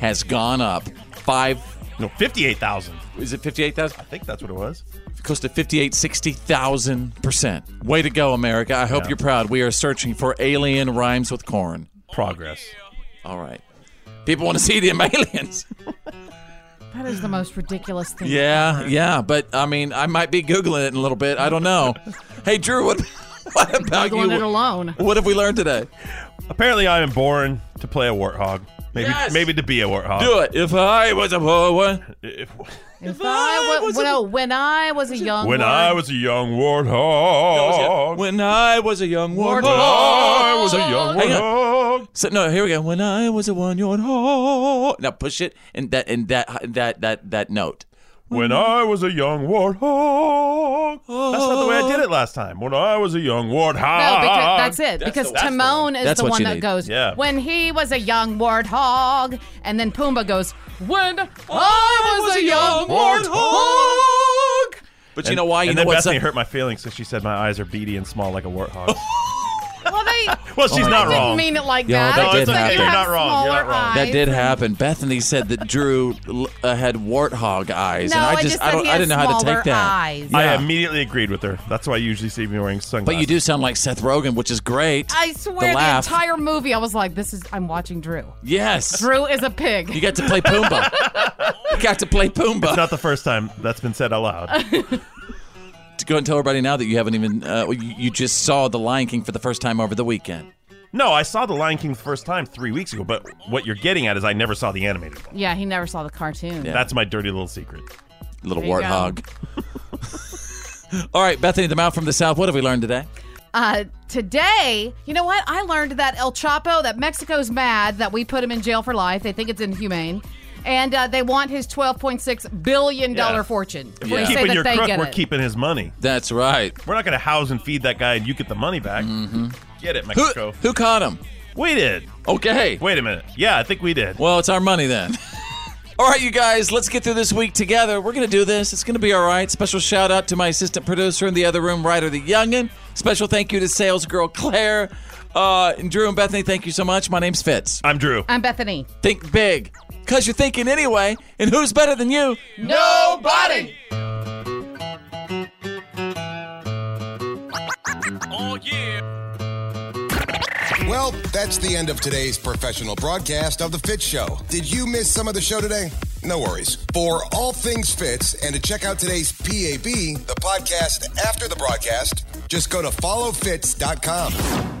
Speaker 8: has gone up five.
Speaker 9: No, fifty-eight thousand.
Speaker 8: Is it fifty-eight thousand? I
Speaker 9: think that's what it was.
Speaker 8: Close to fifty-eight, sixty thousand percent. Way to go, America! I hope
Speaker 9: Yeah.
Speaker 8: you're proud. We are searching for alien rhymes with corn.
Speaker 9: Progress.
Speaker 8: All right. People want to see them aliens.
Speaker 10: That is the most ridiculous thing.
Speaker 8: Yeah, yeah, but I mean, I might be googling it in a little bit. I don't know. hey, Drew, what, what about
Speaker 10: Googling
Speaker 8: you?
Speaker 10: it alone.
Speaker 8: What have we learned today?
Speaker 9: Apparently, I am born to play a warthog. Maybe,
Speaker 8: Yes!
Speaker 9: maybe to be a warthog.
Speaker 8: Do it. If I was a poor one,
Speaker 9: If-
Speaker 10: If I was, no, when I was a young
Speaker 9: when
Speaker 10: one,
Speaker 9: I was a young warthog.
Speaker 8: When I was a young warthog.
Speaker 9: When I was a young
Speaker 8: Hang
Speaker 9: warthog.
Speaker 8: on. So no, here we go. When I was a one year old, now push it in that in that in that that that note.
Speaker 9: When I was a young warthog. That's not the way I did it last time. When I was a young warthog.
Speaker 10: No, because that's it. because
Speaker 9: the- Ah, that's the
Speaker 10: Timon
Speaker 9: one.
Speaker 10: is
Speaker 9: That's
Speaker 10: the
Speaker 9: what
Speaker 10: one
Speaker 9: you
Speaker 10: that
Speaker 9: need.
Speaker 10: goes,
Speaker 9: Yeah.
Speaker 10: when he was a young warthog. And then Pumbaa goes, when I was a young warthog.
Speaker 8: But
Speaker 9: And-
Speaker 8: you know why? You
Speaker 9: and
Speaker 8: know
Speaker 9: then
Speaker 8: what's
Speaker 9: Bethany
Speaker 8: up-
Speaker 9: hurt my feelings because she said my eyes are beady and small like a warthog.
Speaker 10: Oh, Well, they,
Speaker 9: well, she's
Speaker 8: my
Speaker 9: not
Speaker 8: God.
Speaker 9: wrong.
Speaker 10: didn't mean it like
Speaker 8: Yeah,
Speaker 10: that.
Speaker 8: that
Speaker 10: I
Speaker 8: did
Speaker 10: just said
Speaker 8: happen.
Speaker 10: you
Speaker 8: You're
Speaker 10: have
Speaker 8: not wrong.
Speaker 10: smaller
Speaker 8: You're not
Speaker 10: eyes.
Speaker 8: That did happen. Bethany said that Drew l- uh, had warthog eyes,
Speaker 10: No,
Speaker 8: and I
Speaker 10: I
Speaker 8: just,
Speaker 10: just
Speaker 8: I
Speaker 10: said
Speaker 8: don't
Speaker 10: he
Speaker 8: I
Speaker 10: has
Speaker 8: didn't know how to
Speaker 10: smaller
Speaker 8: take that.
Speaker 10: eyes.
Speaker 9: I
Speaker 8: Yeah.
Speaker 9: immediately agreed with her. That's why you usually see me wearing sunglasses.
Speaker 8: but you do sound like Seth Rogen, which is great.
Speaker 10: I swear, the,
Speaker 8: laugh.
Speaker 10: entire movie, I was like, this is, I'm watching Drew.
Speaker 8: Yes.
Speaker 10: Drew is a pig.
Speaker 8: You got to play Pumbaa. you got to play Pumbaa.
Speaker 9: It's not the first time that's been said out loud.
Speaker 8: To go and tell everybody now that you haven't even uh, you, you just saw The Lion King for the first time over the weekend.
Speaker 9: No, I saw The Lion King the first time three weeks ago, but what you're getting at is I never saw the animated one.
Speaker 10: Yeah, he never saw the cartoon.
Speaker 9: That's my dirty little secret.
Speaker 8: Little
Speaker 10: There you go.
Speaker 8: warthog. All right, Bethany, the mouth from the south. What have we learned today?
Speaker 10: Uh, today, you know what? I learned that El Chapo, that Mexico's mad that we put him in jail for life. They think it's inhumane. And uh, they want his $12.6 billion
Speaker 9: Yeah.
Speaker 10: fortune.
Speaker 9: If
Speaker 10: They
Speaker 9: we're
Speaker 10: say
Speaker 9: keeping
Speaker 10: that
Speaker 9: your
Speaker 10: they
Speaker 9: crook,
Speaker 10: get
Speaker 9: we're
Speaker 10: it.
Speaker 9: keeping his money.
Speaker 8: That's right.
Speaker 9: We're not going to house and feed that guy and you get the money back. Get it, Mexico.
Speaker 8: Mm-hmm. Who caught him?
Speaker 9: We did.
Speaker 8: Okay.
Speaker 9: Wait a minute. Yeah, I think we did.
Speaker 8: Well, it's our money then. All right, you guys, let's get through this week together. We're going to do this. It's going to be all right. Special shout out to my assistant producer in the other room, Ryder the Youngin. Special thank you to sales girl Claire. Uh, and Drew and Bethany, thank you so much. My name's Fitz.
Speaker 9: I'm Drew.
Speaker 10: I'm Bethany.
Speaker 8: Think big, because you're thinking anyway. And who's better than you?
Speaker 10: Nobody!
Speaker 8: Oh, yeah.
Speaker 11: Well, that's the end of today's professional broadcast of The Fit Show. Did you miss some of the show today? No worries. For all things fits and to check out today's PAB, the podcast after the broadcast, just go to followfits.com.